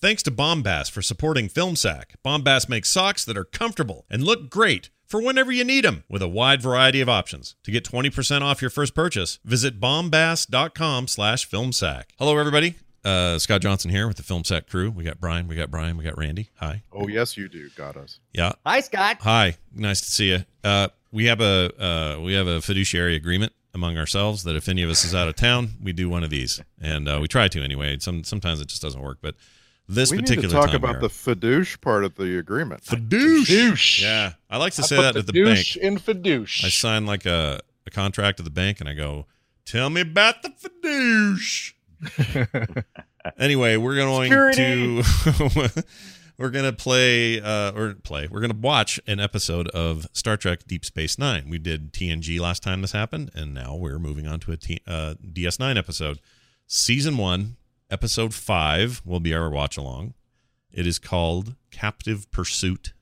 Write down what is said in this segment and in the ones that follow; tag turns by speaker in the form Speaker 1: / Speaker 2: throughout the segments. Speaker 1: Thanks to Bombas for supporting FilmSack. Bombas makes socks that are comfortable and look great for whenever you need them with a wide variety of options. To get 20% off your first purchase, visit bombas.com slash FilmSack. Hello, everybody. Uh, Scott Johnson here with the FilmSack crew. We got Brian, we got Brian, we got Randy. Hi.
Speaker 2: Oh yes, you do. Got us.
Speaker 1: Yeah.
Speaker 3: Hi, Scott.
Speaker 1: Hi. Nice to see you. Uh, we have a uh, we have a fiduciary agreement among ourselves that if any of us is out of town, we do one of these, and uh, we try to anyway. Some sometimes it just doesn't work, but this
Speaker 2: we
Speaker 1: particular
Speaker 2: need to talk
Speaker 1: time
Speaker 2: about the fadouche part of the agreement.
Speaker 1: fadouche.
Speaker 4: Douche.
Speaker 1: Yeah, I like to
Speaker 4: I
Speaker 1: say
Speaker 4: put
Speaker 1: that at the
Speaker 4: douche
Speaker 1: bank.
Speaker 4: in Fadouche.
Speaker 1: I sign like a, a contract at the bank, and I go, "Tell me about the fadouche." anyway, we're going to we're gonna play uh, or play. We're gonna watch an episode of Star Trek: Deep Space Nine. We did TNG last time this happened, and now we're moving on to a T, uh, DS9 episode. Season one, episode five will be our watch along. It is called Captive Pursuit,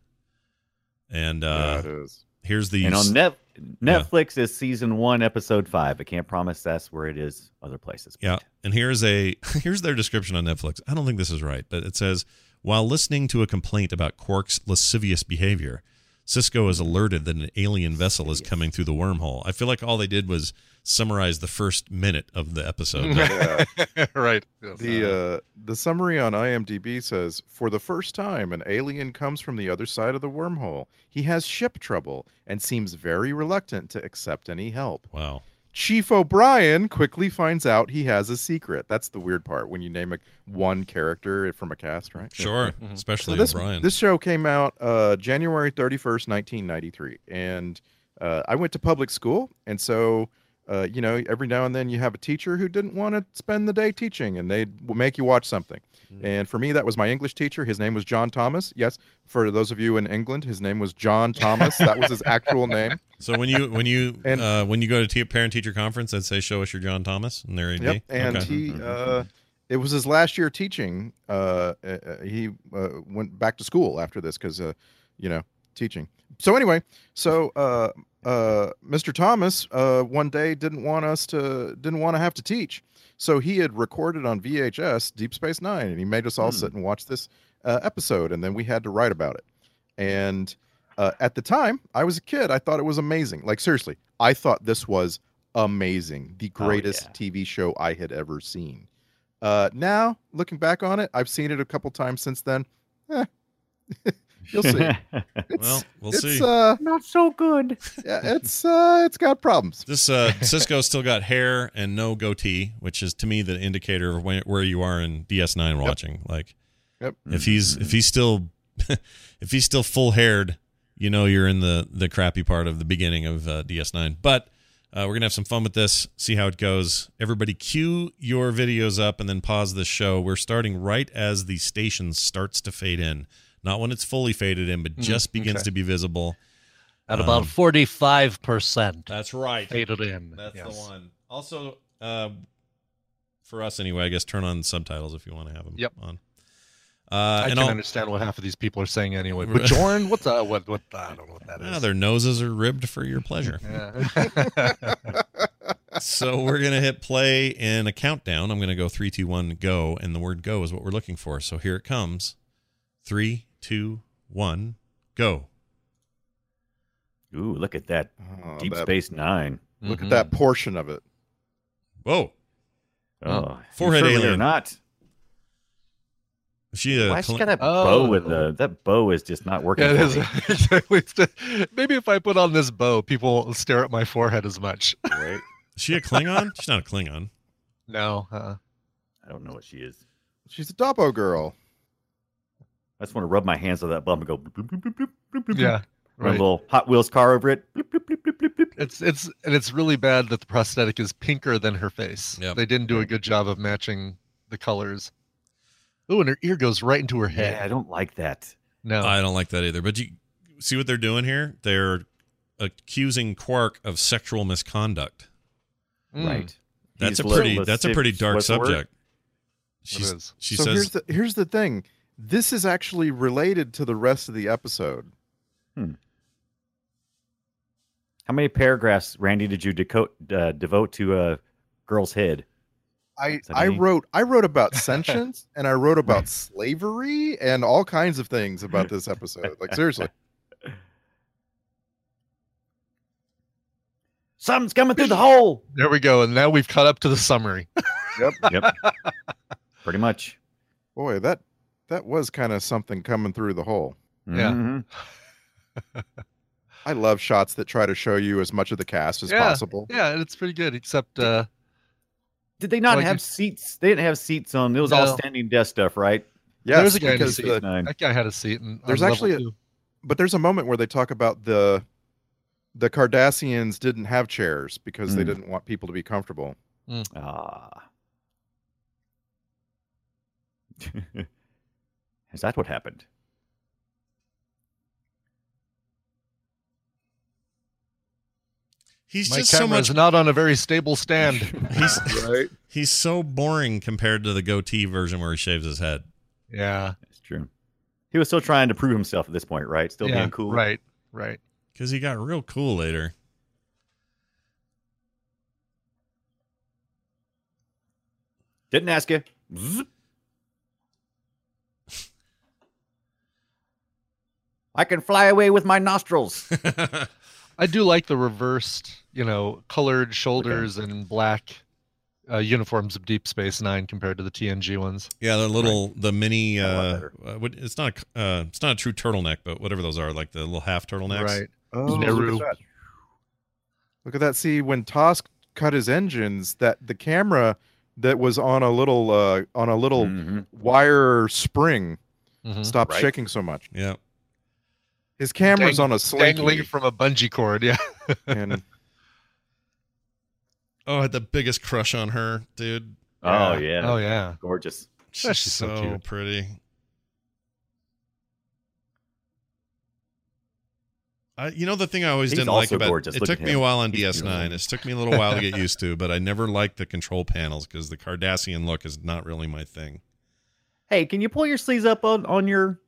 Speaker 1: and
Speaker 2: yeah,
Speaker 1: uh,
Speaker 2: it is.
Speaker 1: here's the
Speaker 3: And on Net- Netflix is season one, episode five. I can't promise that's where it is other places.
Speaker 1: Yeah, and here's a here's their description on Netflix. I don't think this is right, but it says while listening to a complaint about Quark's lascivious behavior, Cisco is alerted that an alien vessel is coming through the wormhole. I feel like all they did was summarize the first minute of the episode.
Speaker 2: Yeah.
Speaker 4: right. Yes.
Speaker 2: The uh, the summary on IMDb says, "For the first time, an alien comes from the other side of the wormhole. He has ship trouble and seems very reluctant to accept any help.
Speaker 1: wow.
Speaker 2: Chief O'Brien quickly finds out he has a secret. That's the weird part when you name a, one character from a cast, right?
Speaker 1: Sure,
Speaker 4: Mhm.
Speaker 1: especially
Speaker 2: So this,
Speaker 1: O'Brien.
Speaker 2: this show came out uh, January 31st, 1993. And uh, I went to public school. And so, uh, you know, every now and then you have a teacher who didn't want to spend the day teaching and they'd w- make you watch something.
Speaker 1: Hmm.
Speaker 2: And for me, that was my English teacher. His name was John Thomas. Yes. For those of you in England, his name was John Thomas. That was his actual name.
Speaker 1: so when you when you
Speaker 2: And-
Speaker 1: uh, when you go to te- parent teacher conference, I'd say show us your John Thomas, and there he'd
Speaker 2: Yep,
Speaker 1: be.
Speaker 2: and
Speaker 1: Okay.
Speaker 2: he
Speaker 3: Mhm.
Speaker 2: uh, it was his last year teaching. Uh, uh, uh, he uh, went back to school after this because uh, you know teaching. So anyway, so uh, uh, Mr. Thomas uh, one day didn't want us to didn't want to have to teach, so he had recorded on VHS Deep Space Nine, and he made us all
Speaker 3: Hmm.
Speaker 2: sit and watch this uh, episode, and then we had to write about it. And uh, at the time, I was a kid. I thought it was amazing. Like seriously, I thought this was amazing, the
Speaker 3: Oh,
Speaker 2: greatest
Speaker 3: yeah.
Speaker 2: TV show I had ever seen. Uh, now looking back on it, I've seen it a couple times since then. Eh, You'll see. It's,
Speaker 1: well, we'll
Speaker 2: it's,
Speaker 1: see.
Speaker 2: Uh,
Speaker 3: Not so good.
Speaker 2: yeah, it's uh, it's got problems.
Speaker 1: This uh, Cisco still got hair and no goatee, which is to me the indicator of when, where you are in DS9 watching. Like
Speaker 2: Yep.
Speaker 1: if
Speaker 3: Mm-hmm.
Speaker 1: he's if he's still if he's still full haired, you know you're in the the crappy part of the beginning of uh, DS9. But uh, we're gonna have some fun with this. See how it goes. Everybody, cue your videos up and then pause this show. We're starting right as the station starts to fade in. Not when it's fully faded in, but
Speaker 4: Mm,
Speaker 1: just begins
Speaker 4: okay.
Speaker 1: to be visible.
Speaker 5: at about
Speaker 1: Um,
Speaker 5: 45%
Speaker 1: That's right.
Speaker 5: faded in.
Speaker 1: That's
Speaker 5: Yes.
Speaker 1: the one. Also, uh, for us anyway, I guess turn on subtitles if you want to have them
Speaker 4: Yep.
Speaker 1: on. Uh,
Speaker 4: I
Speaker 1: and
Speaker 4: can
Speaker 1: all,
Speaker 4: understand what half of these people are saying anyway. But Jorn, what the what what I don't know what that
Speaker 1: Ah,
Speaker 4: is.
Speaker 1: their noses are ribbed for your pleasure.
Speaker 4: Yeah.
Speaker 1: so we're gonna hit play in a countdown. I'm gonna go three, two, one, go, and the word "go" is what we're looking for. So here it comes: three, two, one, go.
Speaker 3: Ooh, look at that.
Speaker 2: Oh,
Speaker 3: Deep
Speaker 2: that-
Speaker 3: Space Nine.
Speaker 2: Look at that portion of it.
Speaker 1: Whoa!
Speaker 3: Oh,
Speaker 1: Forehead
Speaker 3: surely
Speaker 1: alien.
Speaker 3: Or not.
Speaker 1: Is She a
Speaker 3: Why she
Speaker 1: cl-
Speaker 3: got that
Speaker 4: Oh.
Speaker 3: bow with the that bow is just not
Speaker 1: Mm-hmm.
Speaker 3: working.
Speaker 4: Yeah, it
Speaker 3: for
Speaker 4: is.
Speaker 3: me,
Speaker 4: Exactly. It's the- Maybe if I put on this bow, people won't stare at my forehead as much.
Speaker 3: right?
Speaker 1: is she a Klingon? She's not a Klingon.
Speaker 4: No. Uh,
Speaker 3: I don't know what she is.
Speaker 2: She's a Doppo girl.
Speaker 3: I just want to rub my hands on that bum and go. bloop, bloop, bloop, bloop, bloop, bloop,
Speaker 4: yeah.
Speaker 3: Run
Speaker 4: Right.
Speaker 3: a little Hot Wheels car over it. Bloop, bloop, bloop, bloop, bloop, bloop.
Speaker 4: It's it's and it's really bad that the prosthetic is pinker than her face.
Speaker 1: Yep.
Speaker 4: They didn't do a good job of matching the colors. Ooh, and her ear goes right into her head.
Speaker 3: Yeah, I don't like that.
Speaker 4: no.
Speaker 1: I don't like that either. But you see what they're doing here? They're accusing Quark of sexual misconduct.
Speaker 4: Mm.
Speaker 3: Right.
Speaker 1: That's
Speaker 3: He's
Speaker 1: a pretty
Speaker 3: listed-
Speaker 1: that's a pretty dark
Speaker 3: what's the word?
Speaker 1: subject. She's,
Speaker 4: is.
Speaker 1: she
Speaker 2: so here's
Speaker 1: says
Speaker 2: the here's the thing. This is actually related to the rest of the episode.
Speaker 3: How many paragraphs, Randy, did you deco- uh, devote to a girl's head?
Speaker 2: I,
Speaker 3: Is that
Speaker 2: I
Speaker 3: any-
Speaker 2: wrote I wrote about sentience and I wrote about slavery and all kinds of things about this episode. Like seriously.
Speaker 3: Something's coming through the hole.
Speaker 4: There we go. And now we've caught up to the summary.
Speaker 3: Yep. Pretty much.
Speaker 2: Boy, that that was kind of something coming through the hole.
Speaker 4: Yeah.
Speaker 3: Mhm.
Speaker 2: I love shots that try to show you as much of the cast as
Speaker 4: Yeah.
Speaker 2: possible.
Speaker 4: Yeah, and it's pretty good, except uh
Speaker 3: Did they not
Speaker 4: Like
Speaker 3: have
Speaker 4: if-
Speaker 3: seats? They didn't have seats on. It was all
Speaker 4: No.
Speaker 3: standing desk stuff, right? Uh,
Speaker 2: Yes,
Speaker 4: There's a guy in
Speaker 2: because
Speaker 4: the
Speaker 2: the-
Speaker 3: Nine.
Speaker 4: that guy had a seat and
Speaker 2: There's actually a- but there's a moment where they talk about the the Cardassians didn't have chairs because they
Speaker 3: Mm.
Speaker 2: didn't want people to be comfortable.
Speaker 3: Ah. Is that what happened?
Speaker 1: He's
Speaker 4: my
Speaker 1: just so
Speaker 4: camera's
Speaker 1: much.
Speaker 4: not on a very stable stand.
Speaker 1: He's
Speaker 2: Right.
Speaker 1: he's so boring compared to the goatee version where he shaves his head.
Speaker 4: yeah.
Speaker 3: That's true. He was still trying to prove himself at this point, right? Still
Speaker 4: yeah,
Speaker 3: being cool.
Speaker 4: Right, right.
Speaker 1: Because he got real cool later.
Speaker 3: Didn't ask you. Zzz. I can fly away with my nostrils.
Speaker 4: I do like the reversed, you know, colored shoulders and black uh, uniforms of Deep Space Nine compared to the TNG ones.
Speaker 1: yeah, the little the mini.
Speaker 3: I love
Speaker 1: Uh, uh, what, it's not a, uh, it's not a true turtleneck, but whatever those are, like the little half turtlenecks.
Speaker 4: Right.
Speaker 2: Oh,
Speaker 4: Nehru.
Speaker 2: look at that. Look at that. See, when Tosk cut his engines, that the camera that was on a little uh, on a little
Speaker 3: Mhm.
Speaker 2: wire spring
Speaker 4: Mhm.
Speaker 2: stopped
Speaker 3: Right.
Speaker 2: shaking so much.
Speaker 1: Yeah.
Speaker 2: His camera's
Speaker 4: Dang-
Speaker 2: on a
Speaker 4: Mm-hmm. Dangling
Speaker 2: slinky,
Speaker 4: from a bungee cord. Yeah.
Speaker 2: and
Speaker 1: Oh, I had the biggest crush on her, dude.
Speaker 3: Oh yeah,
Speaker 4: Oh yeah.
Speaker 3: gorgeous.
Speaker 1: She's,
Speaker 4: she's
Speaker 1: so,
Speaker 4: so cute.
Speaker 1: pretty. I, you know the thing I always
Speaker 3: He's
Speaker 1: didn't like
Speaker 3: also
Speaker 1: about
Speaker 3: gorgeous.
Speaker 1: it
Speaker 3: Look
Speaker 1: took
Speaker 3: at
Speaker 1: me a
Speaker 3: him.
Speaker 1: while on
Speaker 3: He's
Speaker 1: DS9.
Speaker 3: beautiful.
Speaker 1: It took me a little while to get used to, but I never liked the control panels because the Cardassian look is not really my thing.
Speaker 3: Hey, can you pull your sleeves up on, on your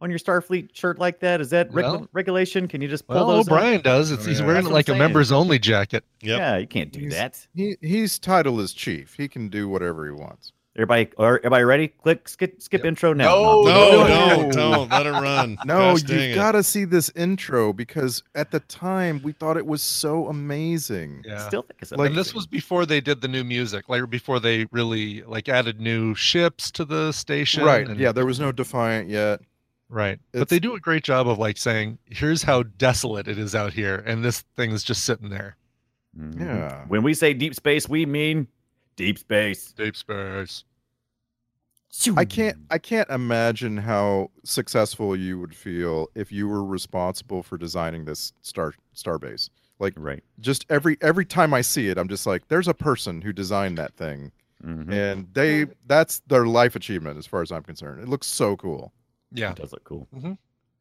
Speaker 3: on your Starfleet shirt like that? Is that reg-
Speaker 4: Well-
Speaker 3: regulation? Can you just pull
Speaker 4: Well,
Speaker 3: those? up?
Speaker 4: O'Brien does. It's,
Speaker 1: Oh,
Speaker 4: he's
Speaker 1: yeah.
Speaker 4: wearing
Speaker 3: That's
Speaker 4: it
Speaker 3: what
Speaker 4: like
Speaker 3: I'm
Speaker 4: a
Speaker 3: saying.
Speaker 4: members only jacket.
Speaker 1: Yep.
Speaker 3: Yeah, you can't do
Speaker 2: He's-
Speaker 3: that.
Speaker 2: he he's title as chief. He can do whatever he wants.
Speaker 3: Everybody, are, everybody ready? Click, skip, skip intro now.
Speaker 4: No,
Speaker 1: No,
Speaker 4: Oh,
Speaker 1: don't,
Speaker 2: no.
Speaker 1: don't let it run.
Speaker 2: No,
Speaker 1: Gosh dang
Speaker 2: you've
Speaker 1: it.
Speaker 2: got to see this intro because at the time we thought it was so amazing.
Speaker 4: Yeah.
Speaker 3: Still think it's
Speaker 2: Like-
Speaker 4: and this was before they did the new music, like before they really like added new ships to the station.
Speaker 2: Right.
Speaker 4: and-
Speaker 2: Yeah, there was no Defiant yet.
Speaker 4: Right.
Speaker 2: It's-
Speaker 4: But they do a great job of like saying, here's how desolate it is out here. And this thing is just sitting there.
Speaker 3: Mhm.
Speaker 2: Yeah.
Speaker 3: When we say deep space, we mean deep space.
Speaker 4: Deep space.
Speaker 2: I can't I can't imagine how successful you would feel if you were responsible for designing this star starbase.
Speaker 3: Right.
Speaker 2: Just every every time I see it, I'm just like, there's a person who designed that thing.
Speaker 3: Mhm.
Speaker 2: And they that's their life achievement as far as I'm concerned. It looks so cool.
Speaker 4: Yeah.
Speaker 3: It does look cool.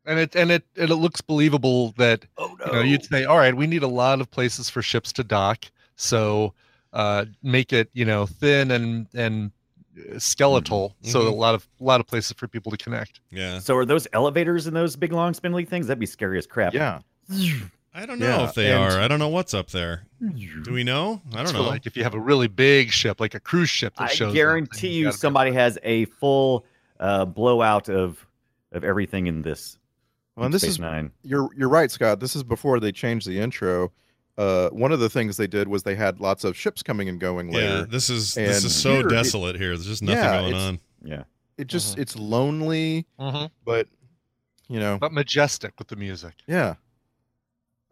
Speaker 4: And it and it and it looks believable that
Speaker 3: Oh
Speaker 4: you know you'd say, all right, we need a lot of places for ships to dock. So uh make it, you know, thin and and uh, skeletal.
Speaker 2: Mm-hmm.
Speaker 4: So a
Speaker 1: Mhm.
Speaker 4: lot of a lot of places for people to connect.
Speaker 1: Yeah.
Speaker 3: So are those elevators and those big long spindly things? That'd be scary as crap.
Speaker 2: Yeah.
Speaker 1: I don't know
Speaker 2: Yeah,
Speaker 1: if they
Speaker 2: and-
Speaker 1: are. I don't know what's up there. Do we know? I
Speaker 4: It's
Speaker 1: don't
Speaker 4: for,
Speaker 1: know.
Speaker 4: Like if you have a really big ship, like a cruise ship that
Speaker 3: I
Speaker 4: shows up, then
Speaker 3: guarantee you
Speaker 4: gotta be-
Speaker 3: somebody has a full uh, blowout of of everything in this.
Speaker 2: Well, and
Speaker 3: Deep
Speaker 2: this
Speaker 3: Space
Speaker 2: is
Speaker 3: nine.
Speaker 2: you're you're right, Scott. This is before they changed the intro. Uh, one of the things they did was they had lots of ships coming and going later.
Speaker 1: Yeah, this is this
Speaker 2: And
Speaker 1: is so
Speaker 2: here it-
Speaker 1: desolate here. There's just nothing
Speaker 2: Yeah,
Speaker 1: going
Speaker 2: it's-
Speaker 1: on.
Speaker 3: Yeah.
Speaker 2: It just
Speaker 4: Mhm.
Speaker 2: it's lonely,
Speaker 4: Mhm.
Speaker 2: but you know,
Speaker 4: but majestic with the music.
Speaker 2: yeah.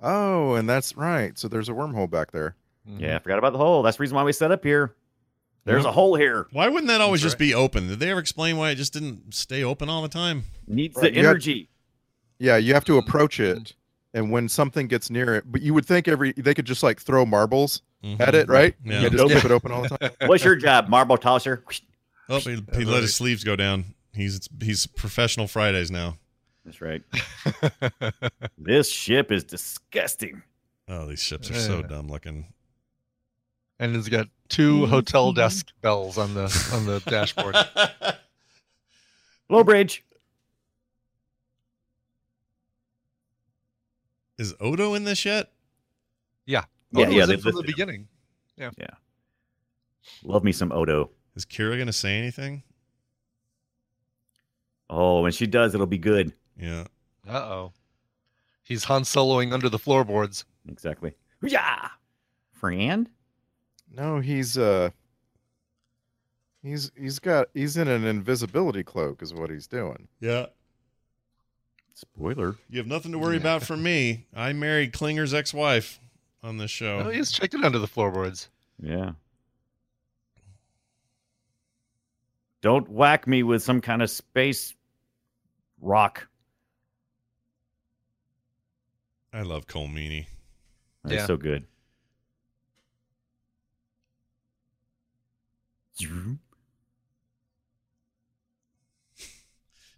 Speaker 2: Oh, and that's right. So there's a wormhole back there.
Speaker 4: Mm-hmm.
Speaker 3: Yeah. I forgot about the hole. That's the reason why we set up here. There's a hole here.
Speaker 1: Why wouldn't that always
Speaker 4: That's
Speaker 1: just be open? Did they ever explain why it just didn't stay open all the time?
Speaker 3: Needs
Speaker 2: Right,
Speaker 3: the
Speaker 2: you had-
Speaker 3: energy.
Speaker 2: Yeah, you have to approach it, and when something gets near it, but you would think every they could just like throw marbles
Speaker 3: Mm-hmm.
Speaker 2: at it, right?
Speaker 1: Mm-hmm. Yeah.
Speaker 2: You just keep it open all the time.
Speaker 3: What's your job, marble tosser?
Speaker 1: Oh, he, he let his sleeves go down. He's he's professional Fridays now.
Speaker 3: That's right.
Speaker 4: Mhm.
Speaker 3: This ship is disgusting.
Speaker 1: Oh, these ships are so
Speaker 4: Yeah.
Speaker 1: dumb looking.
Speaker 4: and it's got two hotel desk bells on the on the dashboard.
Speaker 3: Low bridge.
Speaker 1: is Odo in this yet?
Speaker 4: Yeah.
Speaker 3: Yeah,
Speaker 4: it
Speaker 2: Oh,
Speaker 3: yeah,
Speaker 4: was
Speaker 3: they
Speaker 4: in Oh, from the
Speaker 3: listed him.
Speaker 4: beginning.
Speaker 3: Love me some Odo.
Speaker 1: Is Kira gonna say anything?
Speaker 3: Oh, when she does, it'll be good.
Speaker 1: Yeah.
Speaker 4: Uh oh. He's Han Soloing under the floorboards.
Speaker 3: Exactly. Yeah. Friend?
Speaker 2: No, he's uh he's he's got he's in an invisibility cloak is what he's doing.
Speaker 1: Yeah.
Speaker 3: Spoiler.
Speaker 1: You have nothing to worry about from me. I married Klinger's ex-wife on this
Speaker 4: Oh,
Speaker 1: show.
Speaker 4: he's checking under the floorboards.
Speaker 3: Yeah. Don't whack me with some kind of space rock.
Speaker 1: I love Cole Meany.
Speaker 3: That's
Speaker 4: Yeah.
Speaker 3: so good.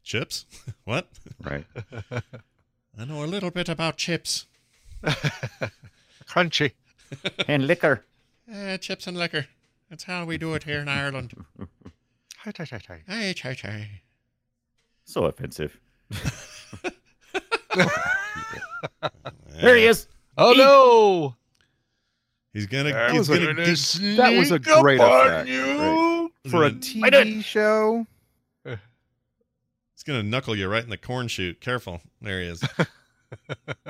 Speaker 1: Chips? what?
Speaker 3: Right.
Speaker 1: I know a little bit about chips.
Speaker 4: Crunchy.
Speaker 3: and liquor.
Speaker 1: Uh, chips and liquor. That's how we do it here in Ireland.
Speaker 4: Hi, hi, hi, hi.
Speaker 1: Hey, chai chai.
Speaker 3: So offensive. There he is.
Speaker 4: Oh
Speaker 3: Eek.
Speaker 4: no!
Speaker 1: He's gonna.
Speaker 4: That
Speaker 1: he's
Speaker 2: was a-
Speaker 1: gonna
Speaker 2: that
Speaker 1: sneak
Speaker 2: That was a great
Speaker 1: up on
Speaker 2: effect.
Speaker 1: you.
Speaker 2: Great. For a
Speaker 4: Mm.
Speaker 1: He's
Speaker 3: I didn't-
Speaker 2: TV show.
Speaker 1: gonna knuckle you right in the corn chute. Careful. There he is.
Speaker 2: But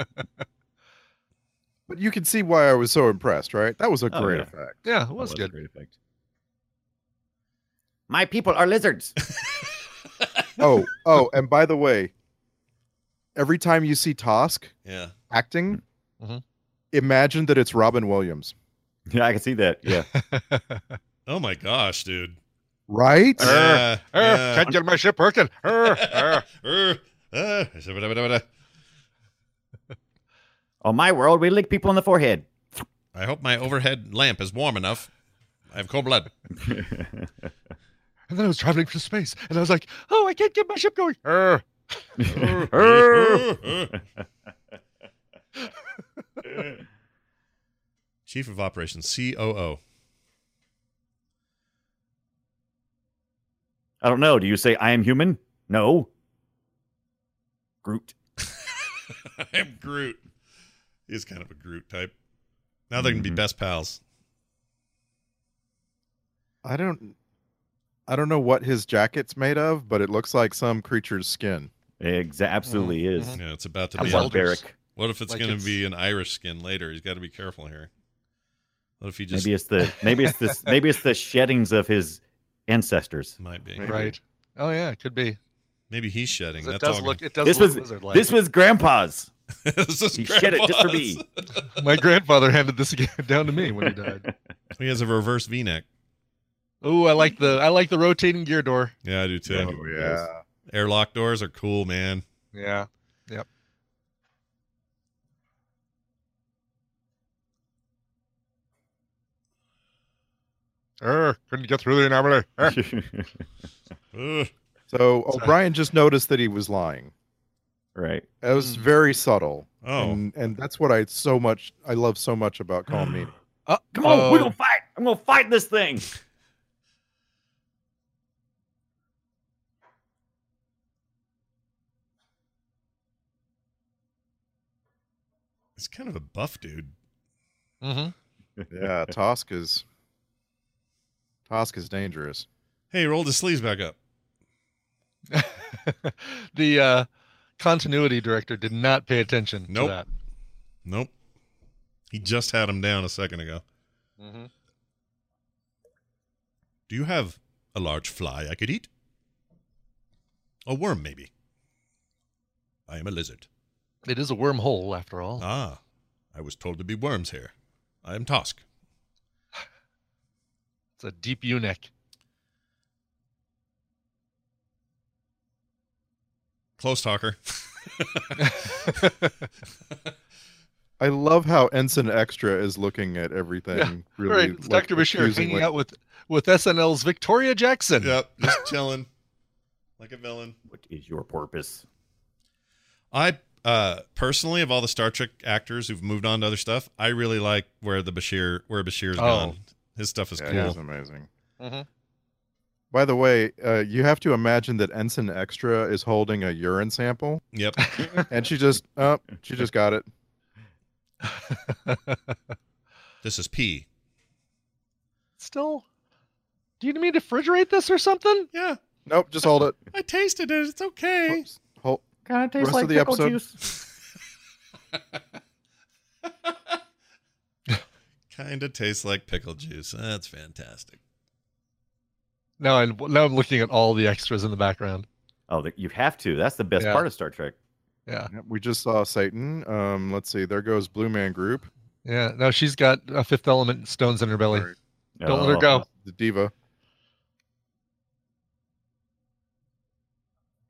Speaker 2: you can see why I was so impressed, right? That was a
Speaker 3: Oh,
Speaker 2: great
Speaker 3: yeah.
Speaker 2: effect.
Speaker 4: Yeah, it
Speaker 3: That
Speaker 4: was,
Speaker 3: Oh, a
Speaker 4: good.
Speaker 3: great effect. My people are lizards.
Speaker 2: Oh, oh, and by the way, every time you see Tosk
Speaker 1: yeah.
Speaker 2: acting,
Speaker 4: Mhm.
Speaker 2: imagine that it's Robin Williams.
Speaker 3: yeah, I can see that. Yeah.
Speaker 1: Oh my gosh, dude.
Speaker 2: Right?
Speaker 4: Uh,
Speaker 1: Yeah,
Speaker 4: Er,
Speaker 1: yeah.
Speaker 4: Can't get my ship working. Er, er.
Speaker 1: Er, uh,
Speaker 3: On my world, we lick people on the forehead.
Speaker 1: I hope my overhead lamp is warm enough. I have cold blood.
Speaker 4: And then I was traveling through space, and I was like, "Oh, I can't get my ship going." Er.
Speaker 1: Er,
Speaker 3: Er.
Speaker 1: er, er. Chief of Operations, COO.
Speaker 3: I don't know. Do you say I am human? No. Groot.
Speaker 1: I am Groot. He's kind of a Groot type. Now they're gonna be
Speaker 4: Mm-hmm.
Speaker 3: Mhm.
Speaker 1: best pals.
Speaker 2: I don't I don't know what his jacket's made of, but it looks like some creature's skin.
Speaker 3: Ex- absolutely is.
Speaker 4: mhm.
Speaker 1: Yeah, it's about to
Speaker 4: How
Speaker 1: be.
Speaker 4: well-
Speaker 3: Barbaric.
Speaker 1: What if it's
Speaker 4: Like
Speaker 1: gonna
Speaker 4: it's-
Speaker 1: be an Irish skin later? He's got to be careful here. What if he just
Speaker 3: Maybe it's the maybe it's the maybe it's the sheddings of his ancestors.
Speaker 1: might be?
Speaker 2: Maybe.
Speaker 4: Right. Oh yeah, it could be.
Speaker 1: Maybe he's shedding.
Speaker 4: 'Cause
Speaker 1: That's
Speaker 4: It does
Speaker 1: all.
Speaker 4: look. It does
Speaker 3: This
Speaker 4: look
Speaker 3: was-
Speaker 4: lizard-like.
Speaker 3: This was grandpa's.
Speaker 1: This is
Speaker 3: He shed it just for
Speaker 1: grandpa's.
Speaker 3: me.
Speaker 4: My grandfather handed this again down to me when he died.
Speaker 1: He has a reverse V-neck.
Speaker 4: Ooh, I like the I like the rotating gear door.
Speaker 1: Yeah, I do too.
Speaker 3: Oh, yes.
Speaker 1: Airlock doors are cool, man.
Speaker 4: Yeah. Er, couldn't get through the anomaly. Er.
Speaker 1: Ugh.
Speaker 2: So
Speaker 4: Sorry.
Speaker 2: O'Brien just noticed that he was lying.
Speaker 3: right.
Speaker 2: It was
Speaker 4: Mm.
Speaker 2: very subtle.
Speaker 1: Oh,
Speaker 2: And, and that's what I so much I love so much about Call Me.
Speaker 4: Uh,
Speaker 3: Come on,
Speaker 4: oh,
Speaker 3: we're gonna fight. I'm gonna fight this thing.
Speaker 1: he's kind of a buff dude.
Speaker 4: mhm.
Speaker 1: Mm-hmm.
Speaker 2: Yeah, Tosk is Tosk is dangerous.
Speaker 1: Hey, rolled his sleeves back up.
Speaker 4: the uh, continuity director did not pay attention
Speaker 1: Nope.
Speaker 4: to that.
Speaker 1: Nope. He just had him down a second ago.
Speaker 4: Mhm.
Speaker 1: Do you have a large fly I could eat? A worm, maybe. I am a lizard.
Speaker 4: It is a wormhole after
Speaker 3: Oh.
Speaker 4: all.
Speaker 1: Ah, I was told to be worms here. I am Tosk.
Speaker 4: It's a deep U neck.
Speaker 1: Close talker.
Speaker 2: I love how Ensign Extra is looking at everything.
Speaker 4: All
Speaker 2: Really,
Speaker 4: right, it's
Speaker 2: like,
Speaker 4: Dr. Bashir hanging
Speaker 2: accusingly.
Speaker 4: out with with SNL's Victoria Jackson.
Speaker 1: yep, just chilling like a villain.
Speaker 3: What is your purpose?
Speaker 1: I uh, personally, of all the Star Trek actors who've moved on to other stuff, I really like where the Bashir where Bashir's
Speaker 4: Oh.
Speaker 1: gone. His stuff is
Speaker 2: Yeah,
Speaker 1: cool.
Speaker 2: he's amazing.
Speaker 4: Mhm.
Speaker 2: By the way, uh, you have to imagine that Ensign Extra is holding a urine sample,
Speaker 1: Yep.
Speaker 2: and she just, oh, she just got it.
Speaker 1: This is P.
Speaker 4: Still Do you need me to refrigerate this or something?
Speaker 1: Yeah,
Speaker 2: Nope, just hold it.
Speaker 1: I tasted it. It's okay.
Speaker 2: Whoops. Hold.
Speaker 3: Kind of tastes
Speaker 2: Rest
Speaker 3: like
Speaker 2: of the
Speaker 3: pickle
Speaker 2: episode.
Speaker 3: juice.
Speaker 1: kind of tastes like pickle juice. That's fantastic.
Speaker 4: Now I'm now I'm looking at all the extras in the background.
Speaker 3: Oh, the, you have to. That's the best
Speaker 4: Yeah.
Speaker 3: part of Star Trek.
Speaker 4: Yeah,
Speaker 2: Yep, we just saw Satan. Um, let's see. There goes Blue Man Group.
Speaker 4: yeah. Now she's got a Fifth Element stones in her belly.
Speaker 2: Right.
Speaker 4: Don't
Speaker 3: Oh.
Speaker 4: let her go.
Speaker 2: The diva.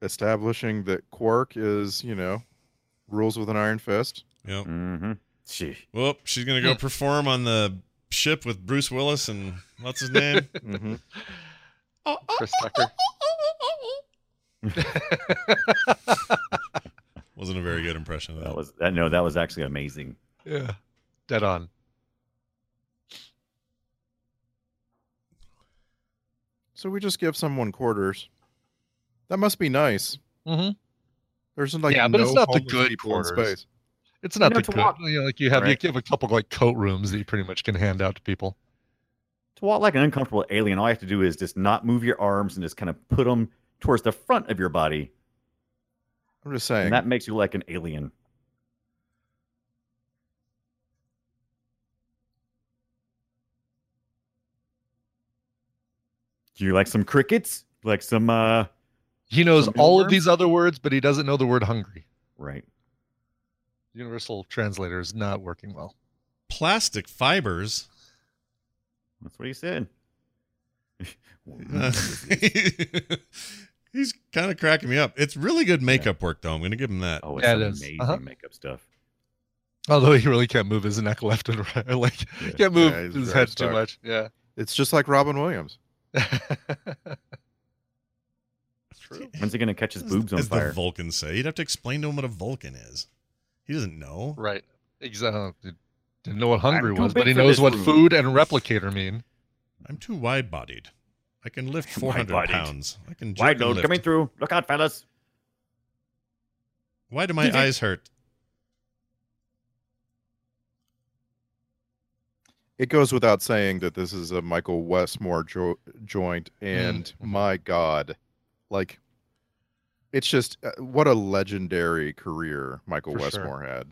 Speaker 2: Establishing that Quark is, you know, rules with an iron fist.
Speaker 1: Yep.
Speaker 3: Mm-hmm. She.
Speaker 1: Well, she's gonna go perform on the ship with Bruce Willis and what's his name?
Speaker 2: Mhm.
Speaker 4: Chris Tucker.
Speaker 1: Wasn't a very good impression of that.
Speaker 3: That was that. No, that was actually amazing.
Speaker 4: Yeah, dead on.
Speaker 2: so we just give someone quarters. That must be nice.
Speaker 4: Mm-hmm.
Speaker 2: There's like
Speaker 4: Yeah, but
Speaker 2: no
Speaker 4: it's not the
Speaker 2: homeless
Speaker 4: good
Speaker 2: people in
Speaker 4: quarters.
Speaker 2: space.
Speaker 4: It's not
Speaker 3: know,
Speaker 4: the
Speaker 3: it's a
Speaker 4: good,
Speaker 3: lot,
Speaker 4: you know, like you have
Speaker 3: right?
Speaker 4: you have a couple like coat rooms that you pretty much can hand out to people.
Speaker 3: To walk like an uncomfortable alien, all you have to do is just not move your arms and just kind of put them towards the front of your body,
Speaker 2: I'm just saying.
Speaker 3: and that makes you like an alien. Do you like some crickets? Like some uh
Speaker 4: He knows
Speaker 3: Some
Speaker 4: all of
Speaker 3: earworms?
Speaker 4: these other words, but he doesn't know the word hungry.
Speaker 3: right.
Speaker 4: Universal translator is not working well.
Speaker 1: Plastic fibers.
Speaker 3: That's what he said. Oh,
Speaker 1: Uh, he's kind of cracking me up. It's really good makeup work, though. I'm gonna give him that.
Speaker 3: oh, it's
Speaker 4: Yeah, it is.
Speaker 3: amazing
Speaker 4: Uh-huh.
Speaker 3: makeup stuff.
Speaker 4: Although he really can't move his neck left and right, like
Speaker 3: Yeah.
Speaker 4: can't move
Speaker 2: Yeah, he's
Speaker 4: his
Speaker 2: very
Speaker 4: head
Speaker 2: stuck.
Speaker 4: too much. Yeah.
Speaker 2: it's just like Robin Williams.
Speaker 4: True.
Speaker 3: When's he gonna catch his
Speaker 1: As-
Speaker 3: boobs on
Speaker 1: as
Speaker 3: fire?
Speaker 1: the Vulcan say, you'd have to explain to him what a Vulcan is. He doesn't know.
Speaker 4: Right. Exactly. Oh, Didn't know what hungry
Speaker 3: too
Speaker 4: was, but
Speaker 3: big
Speaker 4: he
Speaker 3: for
Speaker 4: knows
Speaker 3: this
Speaker 4: what
Speaker 3: room.
Speaker 4: food and replicator mean.
Speaker 1: I'm too wide-bodied. I can lift 400
Speaker 3: Wide-bodied.
Speaker 1: pounds. I can. jerk
Speaker 3: Wide
Speaker 1: and
Speaker 3: load
Speaker 1: lift.
Speaker 3: coming through. Look out, fellas.
Speaker 1: Why do my
Speaker 3: Did you-
Speaker 1: eyes hurt?
Speaker 2: It goes without saying that this is a Michael Westmore jo- joint, and my God, like, it's just uh, what a legendary career Michael
Speaker 4: For sure.
Speaker 2: Westmore had.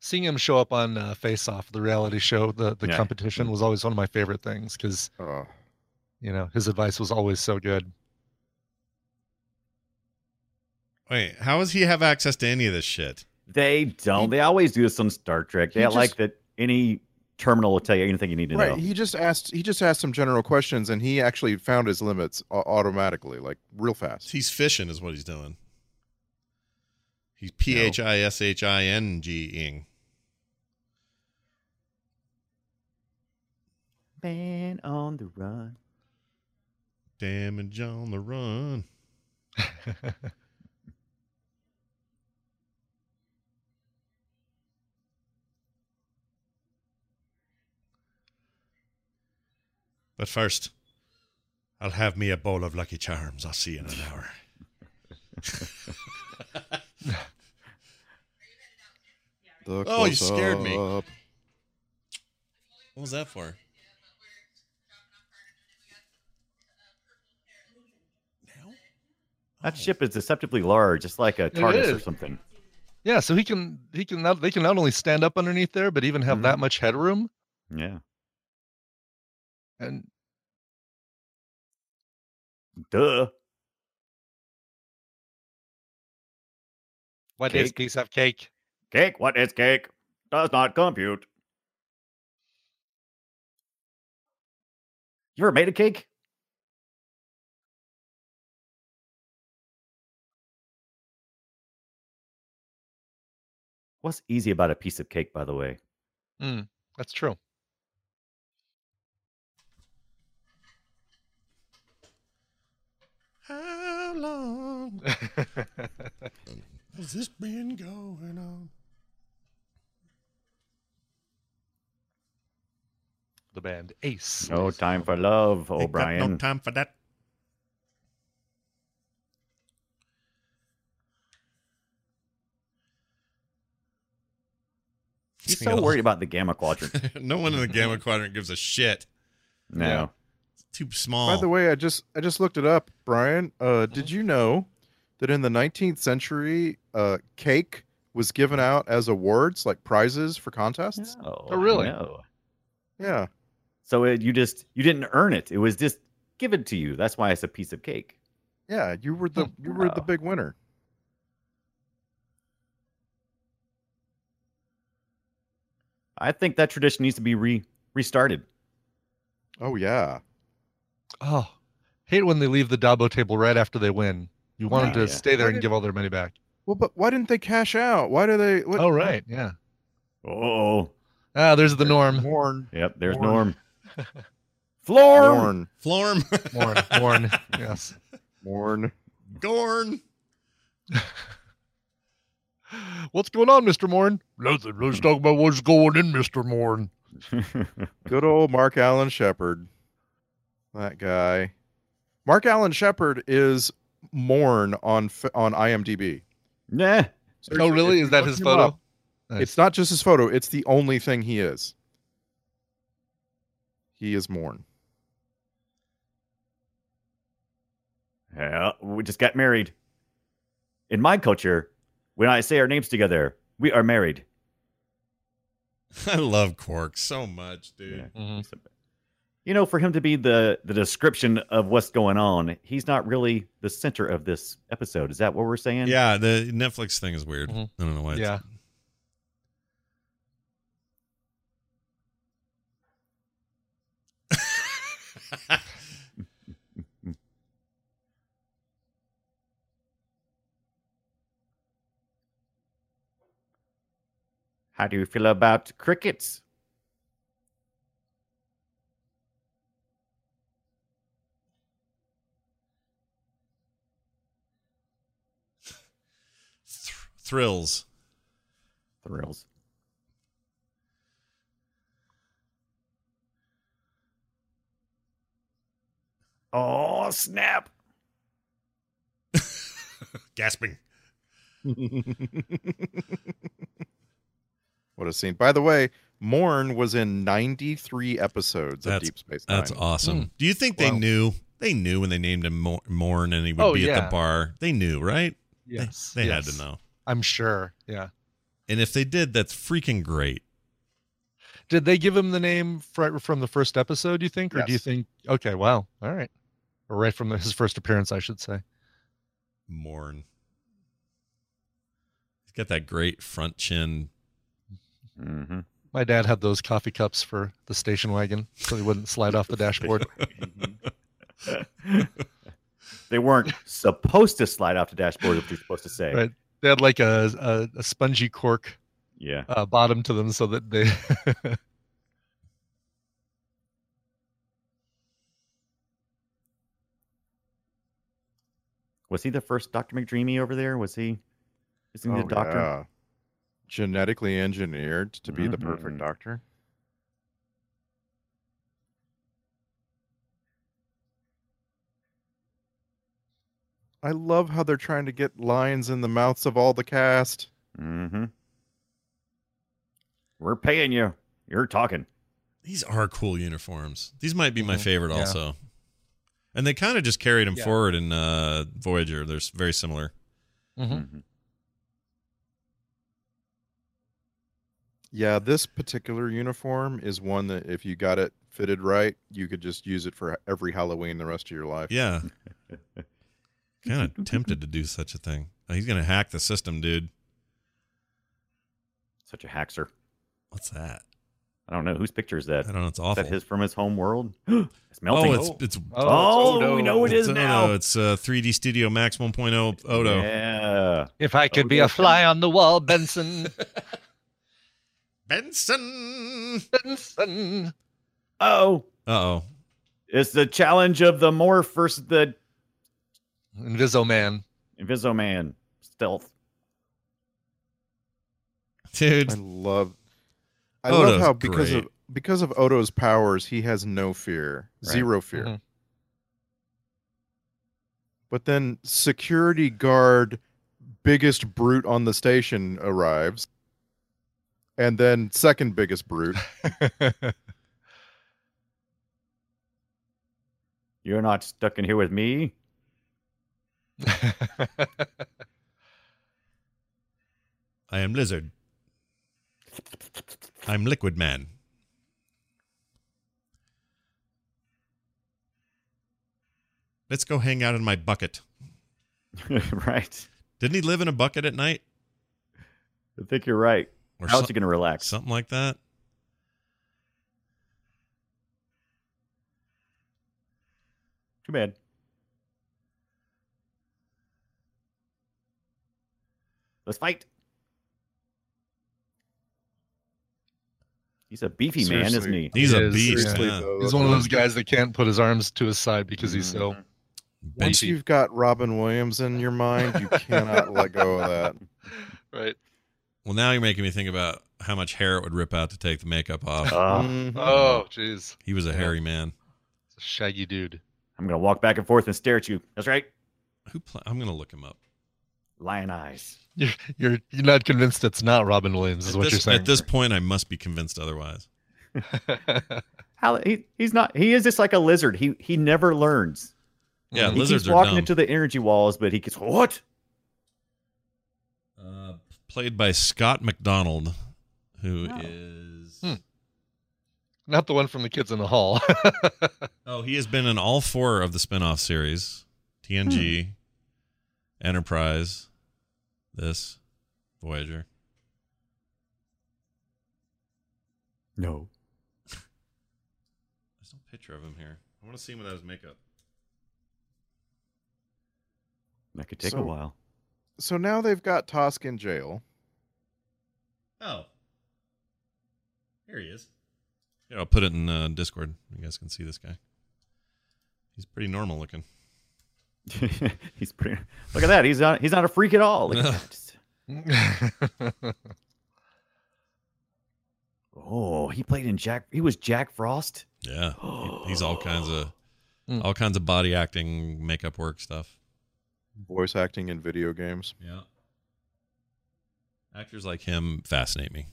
Speaker 4: Seeing him show up on uh, Face Off, the reality show, the the
Speaker 3: Yeah.
Speaker 4: competition was always one of my favorite things because
Speaker 2: Oh,
Speaker 4: you know his advice was always so good.
Speaker 1: Wait, how does he have access to any of this shit?
Speaker 3: They don't. They always do this on Star Trek.
Speaker 2: He
Speaker 3: They
Speaker 2: just-
Speaker 3: like that any terminal will tell you anything you need to
Speaker 2: right.
Speaker 3: know.
Speaker 2: He just asked. He just asked some general questions, and he actually found his limits au- automatically, like real fast.
Speaker 1: He's fishing, is what he's doing. He's P H I S H I N G ing.
Speaker 3: Man on the run.
Speaker 1: Damage on the run. But first, I'll have me a bowl of Lucky Charms. I'll see you in an hour.
Speaker 2: The
Speaker 1: Oh, you scared me.
Speaker 2: close-up.
Speaker 1: What was that for? Now?
Speaker 3: That ship is deceptively large. It's like a TARDIS or
Speaker 4: is.
Speaker 3: something.
Speaker 4: yeah, so he can he can not, they can not only stand up underneath there, but even have
Speaker 3: Mm-hmm.
Speaker 4: that much headroom.
Speaker 3: Yeah.
Speaker 4: And
Speaker 3: Duh.
Speaker 4: what
Speaker 3: is Cake.
Speaker 4: piece of cake?
Speaker 3: Cake. What is cake? Does not compute. You ever made a cake? What's easy about a piece of cake, by the way?
Speaker 4: That's true.
Speaker 1: How long has this been going on?
Speaker 4: the band Ace.
Speaker 3: No time for love, oh,
Speaker 2: Oh,
Speaker 1: Ain't got
Speaker 3: O'Brien.
Speaker 1: No time for that.
Speaker 3: He's so worried about the gamma quadrant.
Speaker 1: no one in the Gamma Quadrant gives a shit.
Speaker 3: No.
Speaker 4: Yeah.
Speaker 1: too small.
Speaker 2: By
Speaker 4: Oh.
Speaker 2: the way, I just I just looked it up, Brian.
Speaker 4: Uh-huh.
Speaker 2: Uh, did you know that in the 19th century, uh, cake was given out as awards, like prizes for contests?
Speaker 3: No,
Speaker 4: Oh, really?
Speaker 3: No.
Speaker 2: Yeah,
Speaker 3: So it, you just you didn't earn it. It was just given to you. That's why it's a piece of cake.
Speaker 2: yeah. You were the you were the
Speaker 3: Wow.
Speaker 2: big winner.
Speaker 3: I think that tradition needs to be re restarted.
Speaker 2: Oh yeah.
Speaker 4: Oh, hate when they leave the Dabo table right after they win. You want them
Speaker 3: Yeah.
Speaker 4: to stay there
Speaker 2: Why
Speaker 4: and
Speaker 2: did-
Speaker 4: give all their money back.
Speaker 2: Well, but why didn't they cash out? Why do they? What,
Speaker 4: oh, right. Yeah.
Speaker 3: Oh,
Speaker 4: Ah, there's the norm.
Speaker 2: Horn.
Speaker 3: yep. There's
Speaker 2: Warn.
Speaker 3: Norm. Florm.
Speaker 2: Horn.
Speaker 1: Florm,
Speaker 4: Mourn. Mourn. Yes.
Speaker 2: Horn.
Speaker 1: Gorn.
Speaker 4: What's going on, Mr. Morn? Nothing. Let's talk about what's going in, Mr. Morn.
Speaker 2: Good old Mark Allen Shepard. That guy. Mark Allen Shepard is Morn on f- on IMDb.
Speaker 3: nah.
Speaker 2: Search-
Speaker 4: Oh,
Speaker 2: if
Speaker 4: really?
Speaker 2: you
Speaker 4: Is that
Speaker 2: look
Speaker 4: his
Speaker 2: him
Speaker 4: photo?
Speaker 2: up, It's not just his photo, it's the only thing he is. He is Morn.
Speaker 3: Yeah, we just got married. In my culture, when I say our names together, we are married.
Speaker 1: I love Quark so much, dude.
Speaker 3: Yeah.
Speaker 4: Mhm.
Speaker 3: You know, for him to be the the description of what's going on, he's not really the center of this episode. Is that what we're saying?
Speaker 1: Yeah, the Netflix thing is weird.
Speaker 4: Mhm.
Speaker 1: I don't know why. it's-
Speaker 4: Yeah.
Speaker 3: How do you feel about crickets?
Speaker 1: Th- thrills.
Speaker 3: Thrills. Oh snap!
Speaker 1: Gasping.
Speaker 2: What a scene. By the way, Morn was in 93 episodes
Speaker 1: That's-
Speaker 2: of Deep Space Nine.
Speaker 1: That's awesome. Do you think they
Speaker 4: Wow.
Speaker 1: knew? They knew when they named him Mor- Morn and he would
Speaker 4: Oh,
Speaker 1: be at
Speaker 4: yeah.
Speaker 1: the bar. They knew, right? They-
Speaker 4: Yes.
Speaker 1: They had
Speaker 4: yes.
Speaker 1: to know.
Speaker 4: I'm sure. Yeah.
Speaker 1: And if they did, that's freaking great.
Speaker 4: Did they give him the name fr- from the first episode, do you think? Or do you
Speaker 2: Yes.
Speaker 4: think, okay, wow. All right. Or right from the, his first appearance, I should say.
Speaker 1: Morn. He's got that great front chin.
Speaker 3: Mm-hmm.
Speaker 4: My dad had those coffee cups for the station wagon so he wouldn't slide off the dashboard.
Speaker 3: Mm-hmm. they weren't supposed to slide off the dashboard. If you're supposed to say,
Speaker 4: Right. They had like a, a, a spongy cork
Speaker 3: yeah.
Speaker 4: uh, bottom to them so that they.
Speaker 3: Was he the first Doctor McDreamy over there? Was he? Isn't he
Speaker 2: Oh,
Speaker 3: the doctor?
Speaker 2: yeah. Genetically engineered to be the
Speaker 3: Mhm.
Speaker 1: Mm-hmm.
Speaker 2: perfect doctor. I love how they're trying to get lines in the mouths of all the cast.
Speaker 3: Mm-hmm. We're paying you. You're talking.
Speaker 1: These are cool uniforms. These might be my
Speaker 4: Mhm.
Speaker 1: favorite
Speaker 4: Yeah.
Speaker 1: also. And they kind of just carried him
Speaker 4: Yeah.
Speaker 1: forward in uh, Voyager. They're s- very similar. Mm-hmm.
Speaker 4: Mhm.
Speaker 3: Mhm.
Speaker 2: Yeah, this particular uniform is one that if you got it fitted right, you could just use it for every Halloween the rest of your life.
Speaker 1: Yeah. kind of tempted to do such a thing. Oh, He's going to hack the system, dude.
Speaker 3: Such a hackster.
Speaker 1: What's that?
Speaker 3: I don't know whose picture is
Speaker 1: I
Speaker 3: that. Is
Speaker 1: don't know. It's awful.
Speaker 3: that his from his home world? it's melting.
Speaker 1: oh, it's it's
Speaker 3: Oh, we know it
Speaker 1: it's
Speaker 3: is
Speaker 1: Odo.
Speaker 3: now.
Speaker 1: It's uh, 3D Studio Max oh. 1.0 Odo.
Speaker 3: Yeah.
Speaker 5: If I
Speaker 4: Oh,
Speaker 5: could be a fly on the wall, Benson.
Speaker 1: Benson.
Speaker 5: Benson.
Speaker 3: Oh,
Speaker 1: Uh oh.
Speaker 3: it's the challenge of the morph versus the
Speaker 4: Inviso Man.
Speaker 3: Invisoman stealth.
Speaker 1: Dude,
Speaker 2: I love I
Speaker 1: Odo's
Speaker 2: love how because
Speaker 1: great.
Speaker 2: of because of Odo's powers, he has no fear,
Speaker 3: Right.
Speaker 2: zero fear.
Speaker 1: Mm-hmm.
Speaker 4: Mhm.
Speaker 2: But then security guard biggest brute on the station arrives. And then second biggest brute.
Speaker 3: You're not stuck in here with me.
Speaker 1: I am lizard. I'm liquid man. Let's go hang out in my bucket.
Speaker 3: right.
Speaker 1: Didn't he live in a bucket at night
Speaker 3: I think you're right.
Speaker 1: or
Speaker 3: How
Speaker 1: some-
Speaker 3: else you going to relax?
Speaker 1: something like that?
Speaker 3: Too bad. Let's fight. He's a beefy man, isn't
Speaker 2: Seriously.
Speaker 3: he?
Speaker 1: He's
Speaker 4: He
Speaker 1: a
Speaker 4: is,
Speaker 1: beast.
Speaker 4: seriously,
Speaker 1: yeah.
Speaker 2: though,
Speaker 4: He's one of those guys that can't put his arms to his side because he's so.
Speaker 3: Mm-hmm.
Speaker 2: Once
Speaker 1: Beefy.
Speaker 2: you've got Robin Williams in your mind, you cannot let go of that.
Speaker 5: Mm-hmm.
Speaker 4: Right.
Speaker 1: Well, now you're making me think about how much hair it would rip out to take the makeup off.
Speaker 3: Ah,
Speaker 2: Mhm.
Speaker 5: Mm-hmm.
Speaker 4: Oh, jeez.
Speaker 1: He was a
Speaker 4: Yeah.
Speaker 1: hairy man.
Speaker 4: It's a Shaggy dude.
Speaker 3: I'm going to walk back and forth and stare at you. That's right.
Speaker 1: Who? Pla- I'm gonna look him up.
Speaker 3: Lion eyes.
Speaker 4: You're, you're you're not convinced it's not Robin Williams, is
Speaker 1: At
Speaker 4: what
Speaker 1: this,
Speaker 4: you're saying.
Speaker 1: at this point, I must be convinced otherwise.
Speaker 3: How he, he's not he is just like a lizard. He he never learns.
Speaker 1: Yeah,
Speaker 4: Mhm.
Speaker 3: he
Speaker 1: lizards
Speaker 3: keeps
Speaker 1: are
Speaker 3: walking
Speaker 1: dumb.
Speaker 3: into the energy walls, but he gets what?
Speaker 1: uh, played by Scott McDonald, who is
Speaker 3: Oh.
Speaker 4: Hmm. not the one from the kids in the hall.
Speaker 1: oh, he has been in all four of the spin-off series: TNG, Hmm. Enterprise, this, Voyager.
Speaker 3: No.
Speaker 1: There's no picture of him here. I want to see him without his makeup.
Speaker 3: That could take a
Speaker 2: So-
Speaker 3: while.
Speaker 2: So now they've got Tosk in jail.
Speaker 1: Oh, here he is. Yeah, I'll put it in uh, Discord. You guys can see this guy. He's pretty normal looking.
Speaker 3: he's pretty look at that. He's not he's not a freak at all. Look at
Speaker 1: No.
Speaker 3: that. Just-
Speaker 1: Mm-hmm.
Speaker 3: Oh, he played in Jack. He was Jack Frost.
Speaker 1: Yeah, he- he's all kinds of
Speaker 4: Hmm.
Speaker 1: all kinds of body acting, makeup work stuff.
Speaker 2: Voice acting in video games.
Speaker 1: Yeah. Actors like him fascinate me.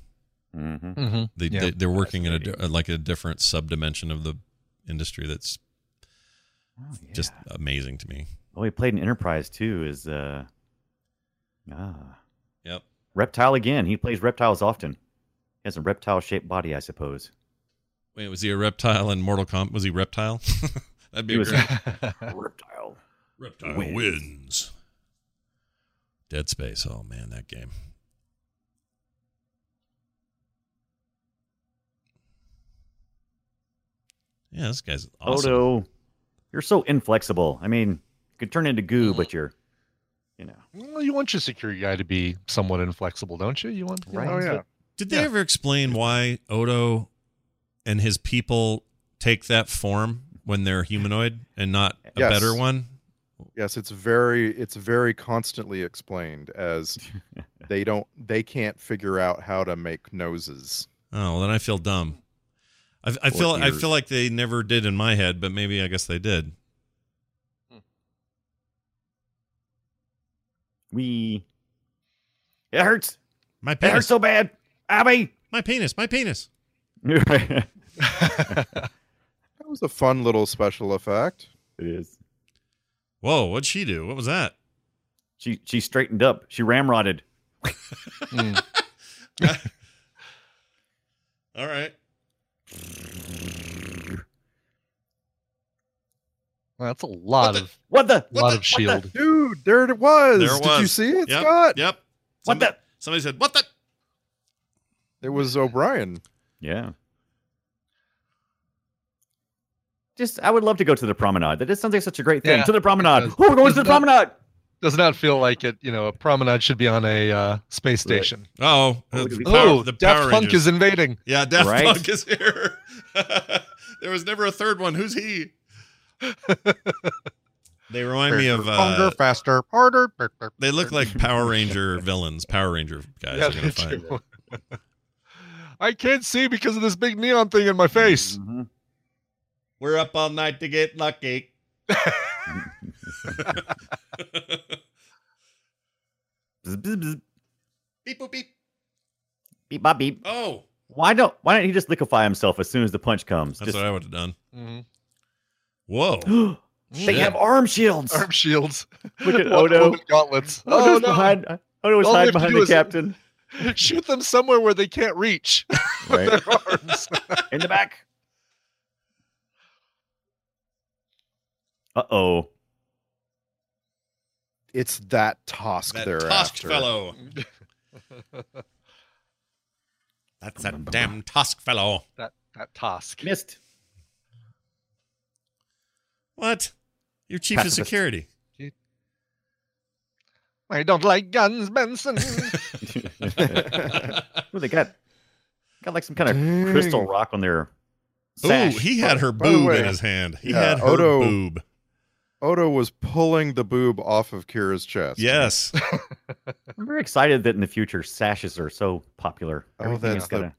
Speaker 3: Mm-hmm.
Speaker 4: hmm
Speaker 1: They,
Speaker 4: Yeah,
Speaker 1: they they're working in a di- uh, like a different subdimension of the industry that's
Speaker 3: Oh, yeah.
Speaker 1: just amazing to me.
Speaker 3: oh, he played in Enterprise too. Is uh, ah,
Speaker 1: Yep.
Speaker 3: reptile again. He plays reptiles often. He has a reptile-shaped body, I suppose.
Speaker 1: Wait, was he a reptile in Mortal Kombat? Was he reptile? That'd be
Speaker 3: He
Speaker 1: a
Speaker 3: was-
Speaker 1: great.
Speaker 3: reptile.
Speaker 1: Reptile
Speaker 3: wins.
Speaker 1: wins. Dead Space. Oh man, that game. Yeah, this guy's awesome.
Speaker 3: Odo, you're so inflexible. I mean, you could turn into goo, but you're, you know,
Speaker 4: well, you want your security guy to be somewhat inflexible, don't you? You want. you
Speaker 3: Right.
Speaker 4: want
Speaker 2: Oh
Speaker 4: to-
Speaker 2: yeah.
Speaker 1: Did they
Speaker 4: Yeah.
Speaker 1: ever explain why Odo and his people take that form when they're humanoid and not a
Speaker 2: Yes.
Speaker 1: better one?
Speaker 2: Yes, it's very it's very constantly explained as they don't they can't figure out how to make noses.
Speaker 1: Oh, well, then I feel dumb. I, I feel I
Speaker 3: ears.
Speaker 1: feel like they never did in my head, but maybe I guess they did.
Speaker 3: we. It hurts.
Speaker 1: My
Speaker 3: It hurts
Speaker 1: penis,
Speaker 3: so bad, Abby.
Speaker 1: my penis, my penis.
Speaker 3: it
Speaker 2: That was a fun little special effect.
Speaker 3: is.
Speaker 1: Whoa, what'd she do? What was that?
Speaker 3: She she straightened up. She ramrodded.
Speaker 4: Mm.
Speaker 1: All right.
Speaker 4: Well, that's a
Speaker 1: What
Speaker 4: lot
Speaker 1: the-
Speaker 4: of
Speaker 3: What the?
Speaker 1: What
Speaker 4: lot
Speaker 1: the-
Speaker 4: of shield.
Speaker 2: Dude, there it was.
Speaker 1: There it
Speaker 2: Did you
Speaker 1: was.
Speaker 2: see it,
Speaker 1: Yep.
Speaker 2: Scott?
Speaker 1: Yep.
Speaker 3: What
Speaker 1: Somebody,
Speaker 3: the?
Speaker 1: somebody said, "What the?"
Speaker 2: It was O'Brien.
Speaker 3: Yeah. Just, I would love to go to the promenade. That just sounds like such a great thing.
Speaker 4: Yeah,
Speaker 3: to the promenade.
Speaker 4: does.
Speaker 3: Oh, we're going to the
Speaker 4: Does not-
Speaker 3: promenade.
Speaker 4: Does not feel like it. You know, a promenade should be on a uh, space
Speaker 3: Right.
Speaker 4: station.
Speaker 1: Oh,
Speaker 3: Oh,
Speaker 1: uh,
Speaker 3: look at these-
Speaker 1: Power-
Speaker 4: oh,
Speaker 1: the Power
Speaker 4: Daft Punk
Speaker 1: Rangers.
Speaker 4: is invading.
Speaker 1: Yeah, Daft
Speaker 3: Right?
Speaker 1: Punk is here. there was never a third one. Who's he? they remind me of. Uh,
Speaker 5: Longer, faster, harder.
Speaker 1: they look like Power Ranger villains. Power Ranger guys.
Speaker 4: Yeah,
Speaker 1: are gonna
Speaker 4: they
Speaker 1: find.
Speaker 4: do. I can't see because of this big neon thing in my face.
Speaker 3: Mhm.
Speaker 1: We're up all night to get lucky.
Speaker 3: Bzz, bzz, bzz.
Speaker 1: beep boop beep.
Speaker 3: Beep, bop, beep.
Speaker 1: Oh,
Speaker 3: Why don't Why don't he just liquefy himself as soon as the punch comes?
Speaker 1: that's
Speaker 3: Just,
Speaker 1: what I would have done.
Speaker 4: Mhm.
Speaker 1: Whoa,
Speaker 3: Mm-hmm. They have arm shields.
Speaker 4: arm shields.
Speaker 3: Look at
Speaker 4: One
Speaker 3: Odo.
Speaker 4: woman gauntlets.
Speaker 3: Odo's
Speaker 4: Oh no!
Speaker 3: behind. Odo was
Speaker 4: All they
Speaker 3: hiding
Speaker 4: have to
Speaker 3: behind
Speaker 4: do
Speaker 3: the
Speaker 4: is-
Speaker 3: captain.
Speaker 4: Shoot them somewhere where they can't reach.
Speaker 3: Right.
Speaker 4: Their arms.
Speaker 3: In the back. Uh oh.
Speaker 2: It's that Tosk
Speaker 1: that
Speaker 2: thereafter.
Speaker 1: Tusk fellow. That's that damn Tusk fellow.
Speaker 4: that that task.
Speaker 3: Missed.
Speaker 1: What? Your chief
Speaker 3: Pacifist.
Speaker 1: of security.
Speaker 5: I don't like guns, Benson.
Speaker 3: Ooh, they got got like some kind of
Speaker 2: Dang.
Speaker 3: crystal rock on their
Speaker 1: Ooh,
Speaker 3: sash.
Speaker 1: he had her
Speaker 2: By the
Speaker 1: boob
Speaker 2: way,
Speaker 1: in his hand. He
Speaker 2: yeah,
Speaker 1: had her
Speaker 2: Odo-
Speaker 1: boob.
Speaker 2: Odo was pulling the boob off of Kira's chest.
Speaker 1: Yes.
Speaker 3: I'm very excited that in the future sashes are so popular.
Speaker 2: Oh,
Speaker 3: Everything
Speaker 2: that's
Speaker 3: is
Speaker 2: the-
Speaker 3: gonna-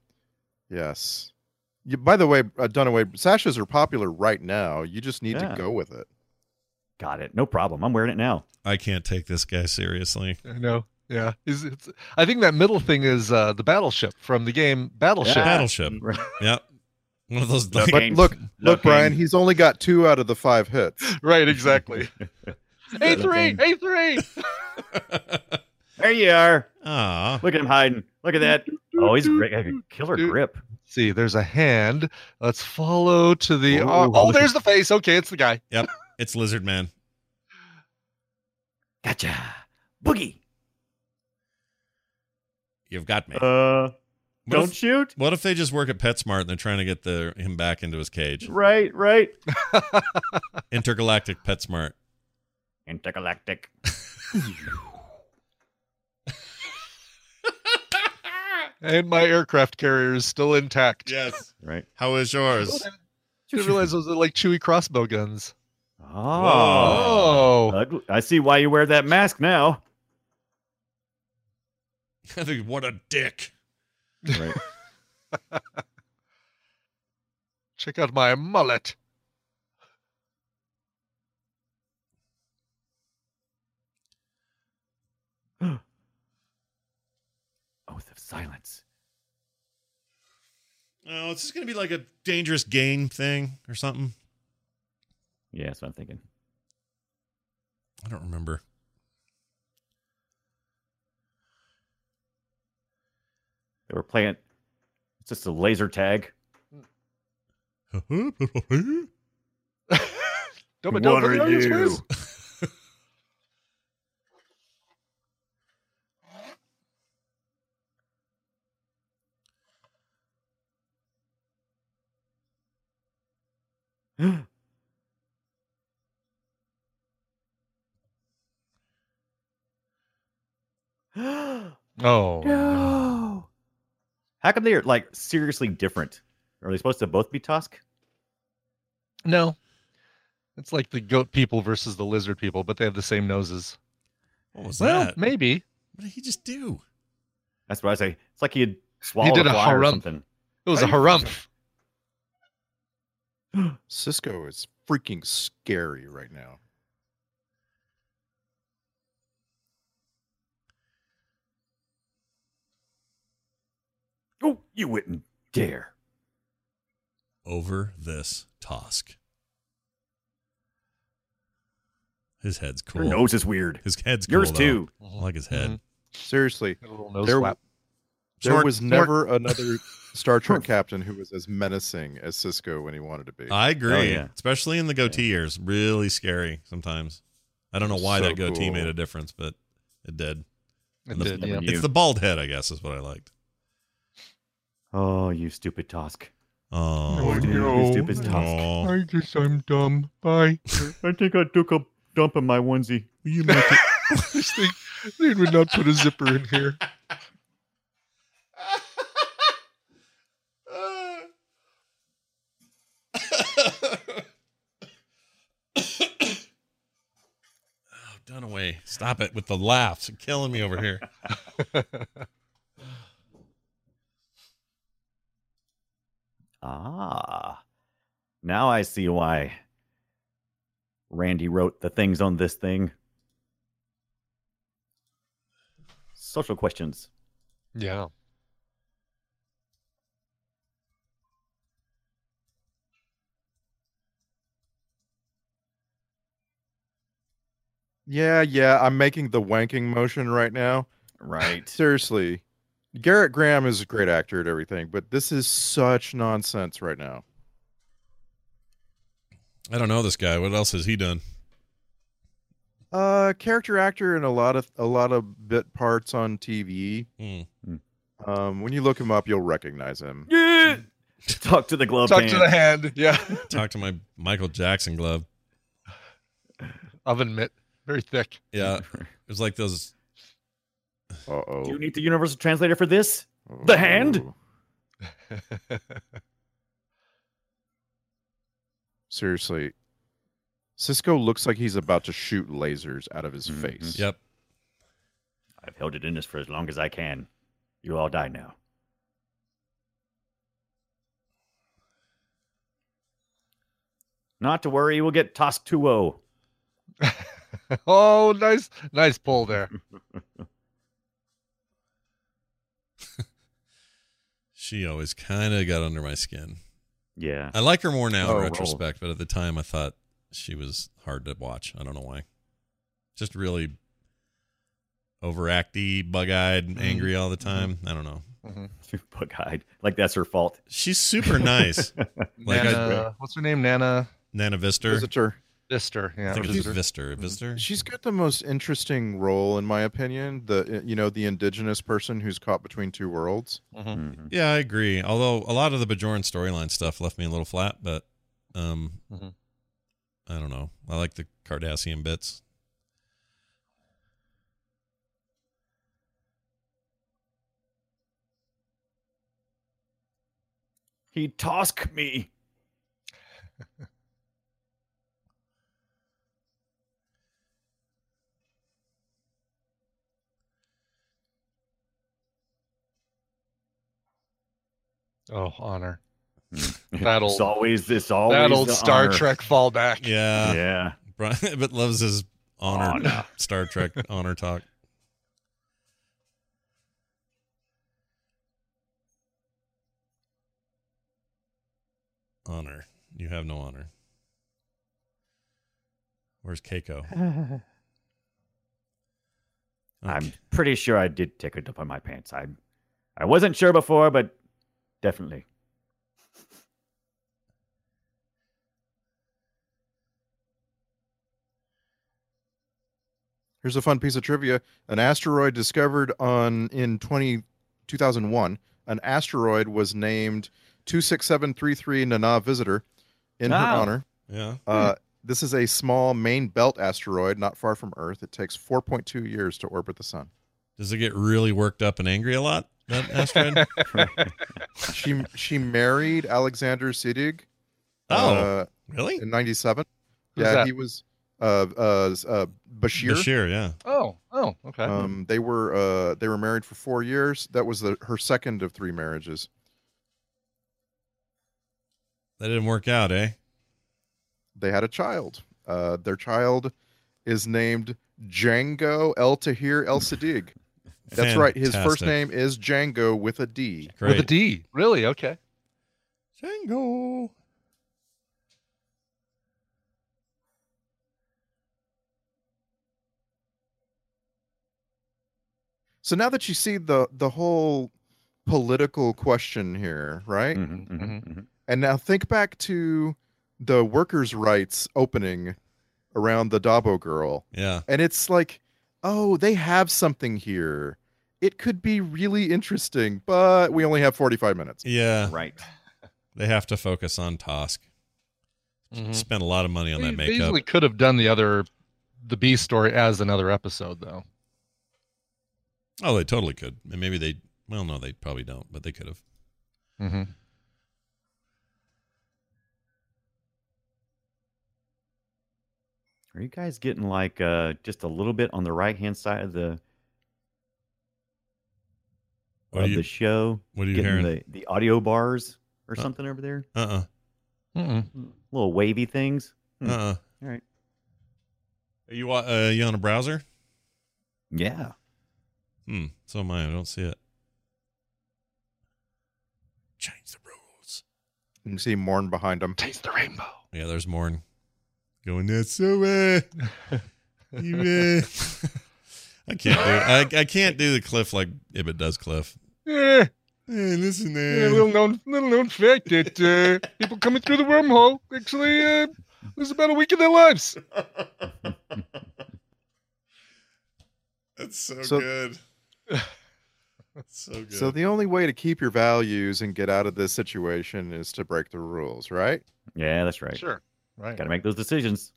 Speaker 2: Yes. You, by the way, uh, Dunaway, sashes are popular right now. You just need
Speaker 3: Yeah.
Speaker 2: to go with it.
Speaker 3: got it. No problem. I'm wearing it now.
Speaker 1: I can't take this guy seriously.
Speaker 4: I know. Yeah. Is it's, I think that middle thing is uh, the battleship from the game Battleship.
Speaker 3: Yeah.
Speaker 1: Battleship.
Speaker 3: Right.
Speaker 1: Yep. One of those.
Speaker 3: But-
Speaker 1: Like,
Speaker 2: But
Speaker 3: Kane.
Speaker 2: look, look,
Speaker 3: Kane.
Speaker 2: Brian, he's only got two out of the five hits.
Speaker 4: Right. Exactly. A three.
Speaker 3: Looking.
Speaker 4: A three.
Speaker 3: There you are.
Speaker 1: ah.
Speaker 3: Look at him hiding. Look at that. Oh, he's great. Got a Killer
Speaker 4: Dude.
Speaker 3: grip.
Speaker 4: See, there's a hand. Let's follow to the.
Speaker 3: Oh,
Speaker 4: Oh, oh,
Speaker 3: look at-
Speaker 4: there's the face. Okay, it's the guy.
Speaker 1: It's Lizard Man.
Speaker 3: Gotcha. Boogie.
Speaker 1: You've got me.
Speaker 3: Uh,
Speaker 1: what,
Speaker 3: don't
Speaker 1: if,
Speaker 3: shoot.
Speaker 1: what if they just work at PetSmart and they're trying to get the him back into his cage?
Speaker 3: Right, right.
Speaker 1: Intergalactic PetSmart.
Speaker 3: Intergalactic.
Speaker 4: And my aircraft carrier is still intact.
Speaker 1: Yes.
Speaker 3: Right.
Speaker 1: How is yours?
Speaker 4: didn't realize those are like chewy crossbow guns.
Speaker 3: Oh.
Speaker 1: Uh,
Speaker 4: Oh,
Speaker 3: Ugly. I see why you wear that mask now.
Speaker 1: I think, what a dick.
Speaker 3: Right.
Speaker 4: check out my mullet.
Speaker 3: Oath of silence.
Speaker 1: Oh, is this going to be like a dangerous game thing or something?
Speaker 3: Yeah, that's what I'm thinking.
Speaker 1: I don't remember.
Speaker 3: They were playing. It's just a laser tag.
Speaker 4: Dumb and
Speaker 3: What
Speaker 4: Dumber,
Speaker 3: are
Speaker 4: Dumber,
Speaker 3: you?
Speaker 4: Dumber.
Speaker 3: no.
Speaker 4: Oh,
Speaker 3: How come they're like seriously different? Are they supposed to both be Tusk?
Speaker 4: no. It's like the goat people versus the lizard people, but they have the same noses.
Speaker 1: What was
Speaker 4: Well,
Speaker 1: that?
Speaker 4: maybe.
Speaker 1: What did he just do?
Speaker 3: That's what I say. It's like he had swallowed
Speaker 4: did
Speaker 3: a
Speaker 4: a
Speaker 3: fly or
Speaker 4: harumph.
Speaker 3: something.
Speaker 4: It was a harumph.
Speaker 2: Cisco is freaking scary right now.
Speaker 3: Oh, you wouldn't dare.
Speaker 1: Over this Tosk. His head's cool.
Speaker 3: Your nose is weird.
Speaker 1: His head's cool.
Speaker 3: Yours
Speaker 1: though.
Speaker 3: too.
Speaker 1: I like his head.
Speaker 2: Seriously,
Speaker 4: Mm-hmm. A little nose
Speaker 2: There-
Speaker 4: flap.
Speaker 2: there
Speaker 1: Snort,
Speaker 2: was
Speaker 1: snort.
Speaker 2: never another Star Trek captain who was as menacing as Cisco when he wanted to be.
Speaker 1: I agree.
Speaker 3: Oh, yeah.
Speaker 1: Especially in the goatee years. Really scary sometimes. I don't know why
Speaker 2: So
Speaker 1: that goatee
Speaker 2: cool.
Speaker 1: made a difference, but it did.
Speaker 4: It
Speaker 1: And the-
Speaker 4: did,
Speaker 3: Never
Speaker 4: yeah.
Speaker 3: knew.
Speaker 1: It's the bald head, I guess, is what I liked.
Speaker 3: Oh, you stupid Tusk.
Speaker 1: Oh,
Speaker 4: Oh,
Speaker 3: dude,
Speaker 4: no.
Speaker 3: You stupid Tusk.
Speaker 1: Aw.
Speaker 4: I guess I'm dumb. Bye.
Speaker 3: I think I took a dump in my onesie.
Speaker 1: You make it-
Speaker 4: this thing, they would not put a zipper in here.
Speaker 1: Oh, Dunaway, stop it with the laughs. You're killing me over here.
Speaker 3: Ah, now I see why Randy wrote the things on this thing. Social questions.
Speaker 4: Yeah.
Speaker 2: Yeah, yeah. I'm making the wanking motion right now.
Speaker 3: Right.
Speaker 2: Seriously, Garrett Graham is a great actor at everything, but this is such nonsense right now.
Speaker 1: I don't know this guy. What else has he done?
Speaker 2: Uh, character actor in a lot of a lot of bit parts on TV.
Speaker 1: Hmm.
Speaker 2: Um, when you look him up, you'll recognize him.
Speaker 3: Yeah. Talk to the glove.
Speaker 4: Talk
Speaker 3: hand.
Speaker 4: to the hand. Yeah.
Speaker 1: Talk to my Michael Jackson glove.
Speaker 4: Oven mitt. Very thick.
Speaker 1: Yeah, it was like those.
Speaker 2: Uh oh.
Speaker 3: Do you need the universal translator for this? the hand?
Speaker 2: Seriously, Cisco looks like he's about to shoot lasers out of his
Speaker 3: Mhm.
Speaker 2: face.
Speaker 1: Yep.
Speaker 3: I've held it in this for as long as I can. You all die now. Not to worry, we'll get tossed 2 0.
Speaker 4: oh, nice, nice pull there.
Speaker 1: She always kind of got under my skin.
Speaker 3: Yeah.
Speaker 1: I like her more now
Speaker 2: Oh,
Speaker 1: in
Speaker 2: roll.
Speaker 1: retrospect, but at the time I thought she was hard to watch. I don't know why. Just really overacty, bug eyed, angry all the time. I don't know.
Speaker 4: Mhm.
Speaker 3: Bug eyed. Like that's her fault.
Speaker 1: She's super nice. Like I-
Speaker 4: Nana, what's her name? Nana
Speaker 1: Nana Vister.
Speaker 2: Visitor.
Speaker 4: Vister. Yeah.
Speaker 1: I think it's Vister.
Speaker 4: Vister.
Speaker 1: Vister.
Speaker 2: She's got the most interesting role, in my opinion. The you know the indigenous person who's caught between two worlds.
Speaker 4: Mhm.
Speaker 3: Mhm.
Speaker 1: Yeah, I agree. Although a lot of the Bajoran storyline stuff left me a little flat, but um,
Speaker 4: Mhm.
Speaker 1: I don't know. I like the Cardassian bits.
Speaker 3: He tossed me.
Speaker 4: Oh, honor. That'll-
Speaker 3: It's always this, always
Speaker 4: That old
Speaker 3: the
Speaker 4: Star
Speaker 3: honor.
Speaker 4: Trek uh. fallback.
Speaker 1: Yeah,
Speaker 3: yeah.
Speaker 1: Brian- but loves his honor
Speaker 3: Honor.
Speaker 1: Star Trek honor talk. Honor. You have no honor. Where's Keiko? Oh,
Speaker 3: I'm pretty sure I did take a dump on my pants. I, I wasn't sure before, but definitely.
Speaker 2: Here's a fun piece of trivia: an asteroid discovered on in 20, 2001. An asteroid was named two six seven three three Nana Visitor in her
Speaker 3: Wow.
Speaker 2: honor.
Speaker 1: Yeah.
Speaker 2: Uh, this is a small main belt asteroid not far from Earth. It takes 4.2 years to orbit the sun.
Speaker 1: Does it get really worked up and angry a lot? That asteroid?
Speaker 2: She she married Alexander Siddig
Speaker 1: oh,
Speaker 2: uh,
Speaker 1: really?
Speaker 2: in 97.
Speaker 4: Who's
Speaker 2: yeah,
Speaker 4: that?
Speaker 2: he was uh, uh, uh, Bashir.
Speaker 1: Bashir, yeah.
Speaker 4: Oh, oh, okay.
Speaker 2: Um, they were uh, they were married for four years. That was the, her second of three marriages.
Speaker 1: That didn't work out, eh?
Speaker 2: They had a child. Uh, their child is named Django El Tahir El Siddig. That's right. His first
Speaker 1: Fantastic.
Speaker 2: name is Django with a D.
Speaker 1: Great.
Speaker 4: With a D. Really? Okay.
Speaker 1: Django.
Speaker 2: So now that you see the the whole political question here,
Speaker 1: Mm.
Speaker 2: right?
Speaker 3: Mhm, mhm,
Speaker 4: Mhm.
Speaker 3: mhm.
Speaker 2: And now think back to the workers' rights opening around the Dabo girl.
Speaker 1: Yeah.
Speaker 2: And it's like, oh, they have something here. It could be really interesting, but we only have 45 minutes.
Speaker 1: Yeah.
Speaker 3: Right.
Speaker 1: They have to focus on Tosk.
Speaker 4: Mhm.
Speaker 1: Spent a lot of money on
Speaker 4: They-
Speaker 1: that
Speaker 4: They
Speaker 1: makeup.
Speaker 4: easily could have done the other, the B story as another episode though.
Speaker 1: Oh, they totally could. And maybe they, well, no, they probably don't, but they could have.
Speaker 4: Mm-hmm.
Speaker 3: Are you guys getting like uh just a little bit on the right hand side of the
Speaker 1: What are
Speaker 3: of
Speaker 1: you,
Speaker 3: the show?
Speaker 1: what are you
Speaker 3: Getting
Speaker 1: hearing?
Speaker 3: the, the audio bars or
Speaker 1: Uh,
Speaker 3: something over there?
Speaker 1: uh-uh.
Speaker 4: Mm-mm.
Speaker 3: Little wavy things. Hmm.
Speaker 1: Uh-uh.
Speaker 3: All right.
Speaker 1: Are you, wa- uh, you on a browser?
Speaker 3: Yeah.
Speaker 1: Hmm. So am I. I don't see it. Change the rules.
Speaker 2: You can see Morn behind him.
Speaker 4: Taste the rainbow.
Speaker 1: Yeah, there's Morn going, that's so uh, You may- I can't do I, I can't do the cliff like Ibit does cliff.
Speaker 4: Eh,
Speaker 5: Yeah,
Speaker 1: Hey, listen
Speaker 5: yeah,
Speaker 1: there.
Speaker 5: little known, little known fact that uh, people coming through the wormhole actually uh, lose about a week of their lives.
Speaker 1: That's so,
Speaker 2: So-
Speaker 1: good. so good.
Speaker 2: So the only way to keep your values and get out of this situation is to break the rules, right?
Speaker 3: Yeah, that's right.
Speaker 4: Sure. Right.
Speaker 3: Got to make those decisions.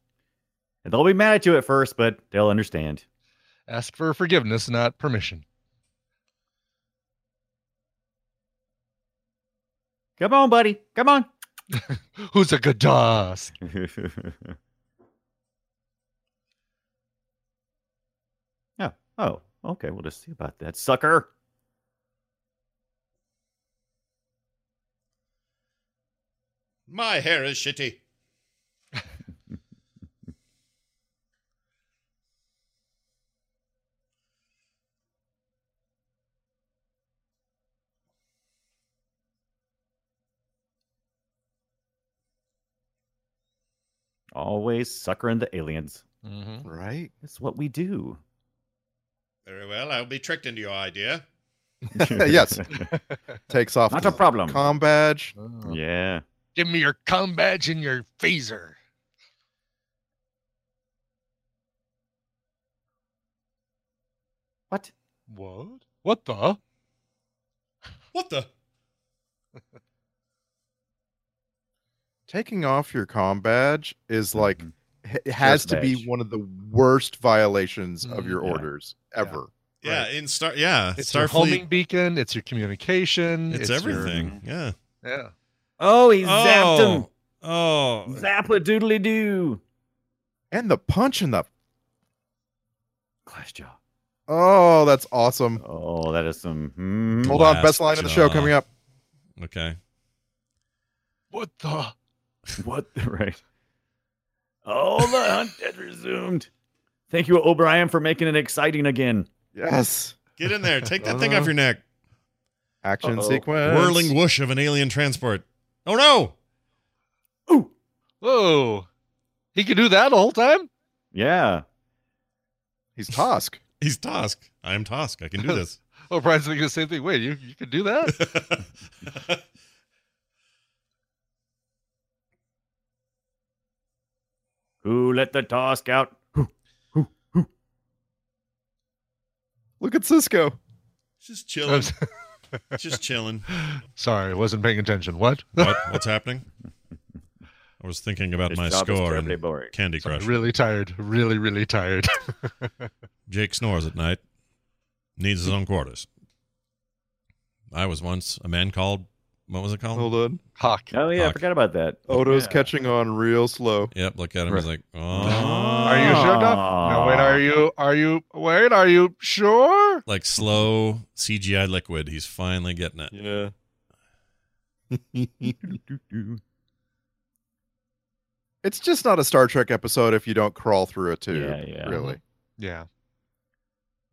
Speaker 3: And they'll be mad at you at first, but they'll understand.
Speaker 4: Ask for forgiveness, not permission.
Speaker 3: Come on, buddy. Come on.
Speaker 4: Who's a good dog?
Speaker 3: yeah. Oh, okay. We'll just see about that, sucker.
Speaker 1: My hair is shitty.
Speaker 3: Always sucker the aliens.
Speaker 4: Mm-hmm.
Speaker 2: Right.
Speaker 3: That's what we do.
Speaker 1: Very well. I'll be tricked into your idea.
Speaker 2: Yes. Takes off
Speaker 3: Not
Speaker 2: the
Speaker 3: a problem.
Speaker 2: com badge.
Speaker 3: yeah.
Speaker 4: Oh. Give me your cum badge and your phaser.
Speaker 3: What?
Speaker 4: What? What the?
Speaker 1: What the?
Speaker 2: Taking off your com badge is like
Speaker 3: Mhm.
Speaker 2: h- it has
Speaker 3: First
Speaker 2: to be
Speaker 3: badge. Mm,
Speaker 2: one of the worst violations of your
Speaker 4: Mhm.
Speaker 3: Yeah.
Speaker 2: orders
Speaker 4: Yeah.
Speaker 2: ever.
Speaker 1: Yeah, in Star yeah,
Speaker 4: It's your homing
Speaker 1: Starfleet.
Speaker 4: beacon. It's your communication.
Speaker 1: It's,
Speaker 4: your-
Speaker 1: everything. Yeah.
Speaker 4: yeah.
Speaker 3: Oh, he zapped him.
Speaker 1: Oh. Oh.
Speaker 3: Zappa doodly doo.
Speaker 2: And the punch in the
Speaker 3: Glass jaw.
Speaker 2: oh, that's awesome.
Speaker 3: Oh, that is some. hmm.
Speaker 2: Hold on,
Speaker 1: Glass
Speaker 2: best line of the show
Speaker 1: jaw.
Speaker 2: coming up.
Speaker 1: Okay.
Speaker 4: What the?
Speaker 3: What the right? Oh, the hunt has resumed. Thank you, O'Brien, for making it exciting again.
Speaker 2: Yes.
Speaker 1: Get in there. Take that thing off your neck.
Speaker 2: Action
Speaker 3: Uh-oh.
Speaker 2: sequence.
Speaker 1: Whirling whoosh of an alien transport. Oh no.
Speaker 3: Ooh.
Speaker 4: Whoa. He could do that the whole time?
Speaker 3: Yeah.
Speaker 2: He's Tosk.
Speaker 1: He's Tosk. I am Tosk. I can do this.
Speaker 4: Oh, Brian's thinking the same thing. Wait, you, you could do that?
Speaker 3: Who let the task out?
Speaker 2: Look at Cisco.
Speaker 1: Just
Speaker 4: I'm
Speaker 1: chilling.
Speaker 4: s-
Speaker 1: Just chilling.
Speaker 4: Sorry, I wasn't paying attention. What?
Speaker 1: What? What's happening? I was thinking about
Speaker 3: This
Speaker 1: my
Speaker 3: job is
Speaker 1: score
Speaker 3: terribly
Speaker 1: and
Speaker 3: boring.
Speaker 1: Candy
Speaker 4: Sorry,
Speaker 1: Crush.
Speaker 4: really tired. Really, really tired.
Speaker 1: Jake snores at night. Needs his own quarters. I was once a man called. What was it called?
Speaker 2: Hold on.
Speaker 4: Hawk.
Speaker 3: Oh yeah, I
Speaker 1: Fuck.
Speaker 3: forgot about that.
Speaker 2: Odo's
Speaker 3: Oh, Yeah.
Speaker 2: catching on real slow.
Speaker 1: Yep. Look at him. He's like, oh.
Speaker 4: Are you sure, Doc? No, wait, are you are you wait, are you sure?
Speaker 1: Like slow CGI liquid. He's finally getting it.
Speaker 2: Yeah. it's just not a Star Trek episode if you don't crawl through a tube.
Speaker 3: Yeah, yeah.
Speaker 2: Really.
Speaker 4: Yeah.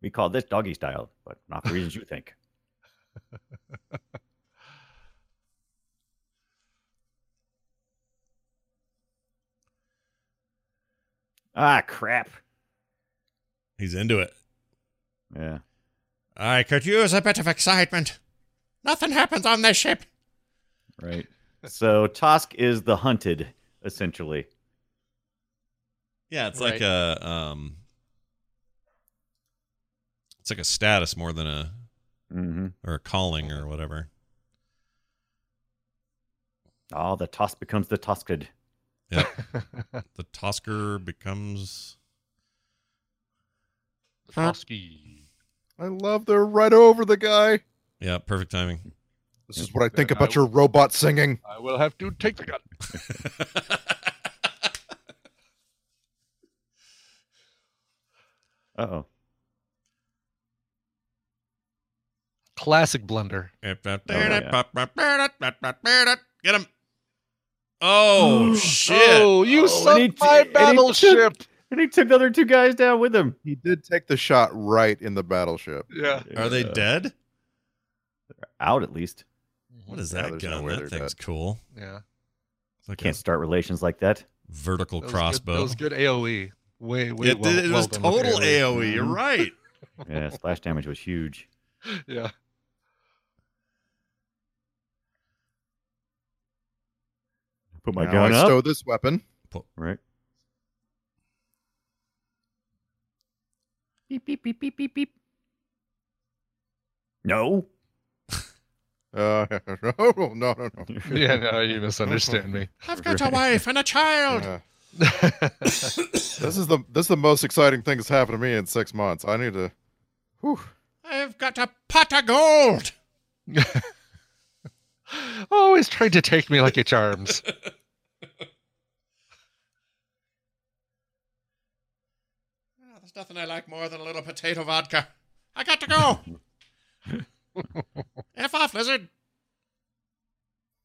Speaker 3: We call this doggy style, but not for reasons you think. ah, crap.
Speaker 1: He's into it.
Speaker 3: Yeah.
Speaker 1: I could use a bit of excitement. Nothing happens on this ship.
Speaker 3: Right. so Tosk is the hunted, essentially.
Speaker 1: Yeah, it's like
Speaker 4: Right.
Speaker 1: a um, it's like a status more than a
Speaker 3: Mm-hmm.
Speaker 1: or a calling or whatever.
Speaker 3: Oh, the Tosk becomes the Tosked.
Speaker 1: The Tosker becomes
Speaker 4: Husky.
Speaker 2: I love they're right over the guy.
Speaker 1: yeah, perfect timing.
Speaker 2: This is what I think
Speaker 4: Yeah, I
Speaker 2: about
Speaker 4: w-
Speaker 2: your robot singing.
Speaker 4: I will have to take the gun.
Speaker 3: Uh oh.
Speaker 4: Classic blunder.
Speaker 1: Get him! Oh shit!
Speaker 4: Oh, you
Speaker 3: Oh, and he
Speaker 4: sunk
Speaker 3: t-
Speaker 4: my
Speaker 3: and he took-
Speaker 4: battleship.
Speaker 3: And he took the other two guys down with him.
Speaker 2: He did take the shot right in the battleship.
Speaker 4: Yeah.
Speaker 1: Are they
Speaker 3: Uh,
Speaker 1: dead?
Speaker 3: Out at least.
Speaker 1: What is
Speaker 2: Yeah,
Speaker 1: that
Speaker 2: there's no
Speaker 1: gun?
Speaker 2: way
Speaker 1: that
Speaker 2: they're
Speaker 1: thing's cool.
Speaker 4: Yeah.
Speaker 1: It's like a
Speaker 3: Can't start relations like that.
Speaker 1: vertical
Speaker 4: That was good-
Speaker 1: crossbow.
Speaker 4: that was good AOE. way way
Speaker 1: It,
Speaker 4: well,
Speaker 1: it
Speaker 4: well
Speaker 1: was
Speaker 4: done with
Speaker 1: total
Speaker 4: AoE.
Speaker 1: AOE. You're
Speaker 3: Mhm.
Speaker 1: right.
Speaker 3: Yeah, splash damage was huge.
Speaker 1: E.
Speaker 4: Yeah.
Speaker 3: Put my
Speaker 2: Now
Speaker 3: gun
Speaker 2: I
Speaker 3: up.
Speaker 2: stow this weapon.
Speaker 3: right. Beep beep beep beep beep beep. No.
Speaker 2: Uh, oh no no no.
Speaker 4: Yeah, no, you misunderstand me.
Speaker 1: I've
Speaker 3: got a Right. wife
Speaker 1: and a child.
Speaker 2: Yeah. Uh, this is the this is the most exciting thing that's happened to me in six months. I need to. Whew.
Speaker 1: I've got a pot of gold.
Speaker 4: Always tried to take me like a charms.
Speaker 1: Oh, there's nothing I like more than a little potato vodka. I got to go. F off, lizard.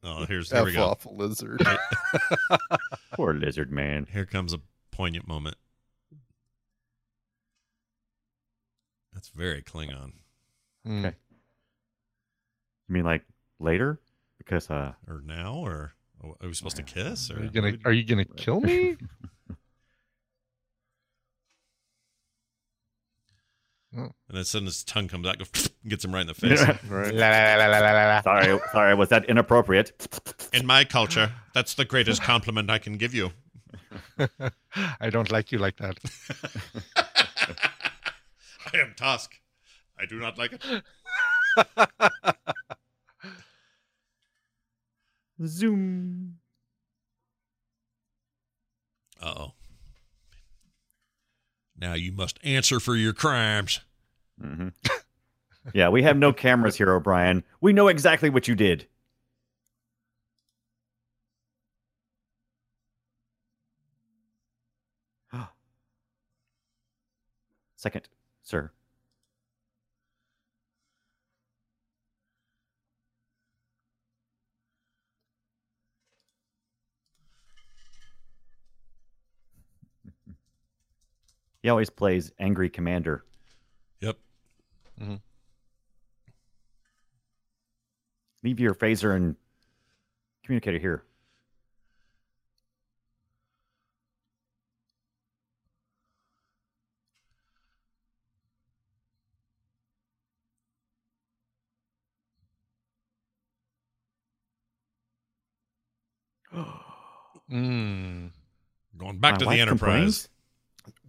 Speaker 1: Oh, here's here we
Speaker 2: F
Speaker 1: go.
Speaker 2: off, lizard.
Speaker 3: Poor lizard man.
Speaker 1: Here comes a poignant moment. That's very Klingon.
Speaker 4: Hmm.
Speaker 3: You mean like later? Because uh
Speaker 1: Or now, or oh, are we supposed to kiss?
Speaker 4: Are
Speaker 1: Or
Speaker 4: you gonna Are you gonna kill me?
Speaker 1: and then suddenly his tongue comes out, goes, gets him right in the face.
Speaker 2: right.
Speaker 3: sorry, sorry, was that inappropriate?
Speaker 1: In my culture, that's the greatest compliment I can give you.
Speaker 4: I don't like you like that.
Speaker 1: I am Tusk. I do not like it.
Speaker 3: Zoom.
Speaker 1: Uh oh. Now you must answer for your crimes.
Speaker 3: hmm yeah, we have no cameras here, O'Brien. We know exactly what you did. Second, sir. He always plays angry commander.
Speaker 1: Yep.
Speaker 3: leave your phaser and communicator here.
Speaker 4: Mm.
Speaker 1: Going back
Speaker 3: My
Speaker 1: to
Speaker 3: wife
Speaker 1: the Enterprise.
Speaker 3: complains.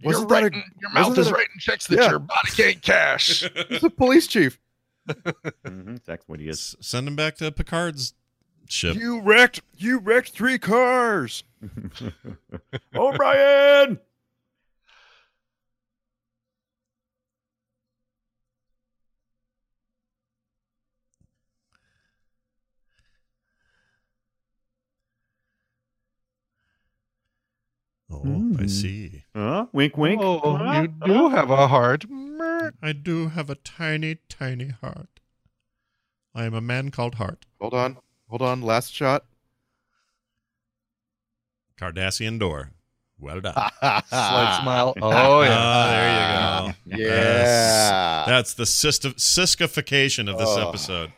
Speaker 2: Wasn't
Speaker 5: You're
Speaker 2: that a-
Speaker 5: writing, your mouth
Speaker 2: wasn't
Speaker 5: is
Speaker 2: that a-
Speaker 5: writing checks that
Speaker 2: Yeah.
Speaker 5: your body can't cash.
Speaker 2: He's a police chief.
Speaker 3: Mhm, That's what he is.
Speaker 1: S- Send him back to Picard's ship.
Speaker 2: You wrecked. You wrecked three cars.
Speaker 3: Oh, O'Brien!
Speaker 1: Oh, I
Speaker 3: Mhm.
Speaker 1: see.
Speaker 3: Huh? Wink, wink.
Speaker 4: Oh,
Speaker 3: Huh?
Speaker 4: you do have a heart.
Speaker 1: I do have a tiny, tiny heart. I am a man called Heart.
Speaker 2: Hold on. Hold on. Last shot.
Speaker 1: Cardassian door. Well done.
Speaker 3: Ah.
Speaker 4: Slight smile. Oh
Speaker 1: Ah,
Speaker 4: yeah.
Speaker 1: there you go.
Speaker 2: Yeah.
Speaker 1: That's the system siskification of this
Speaker 2: Oh.
Speaker 1: episode.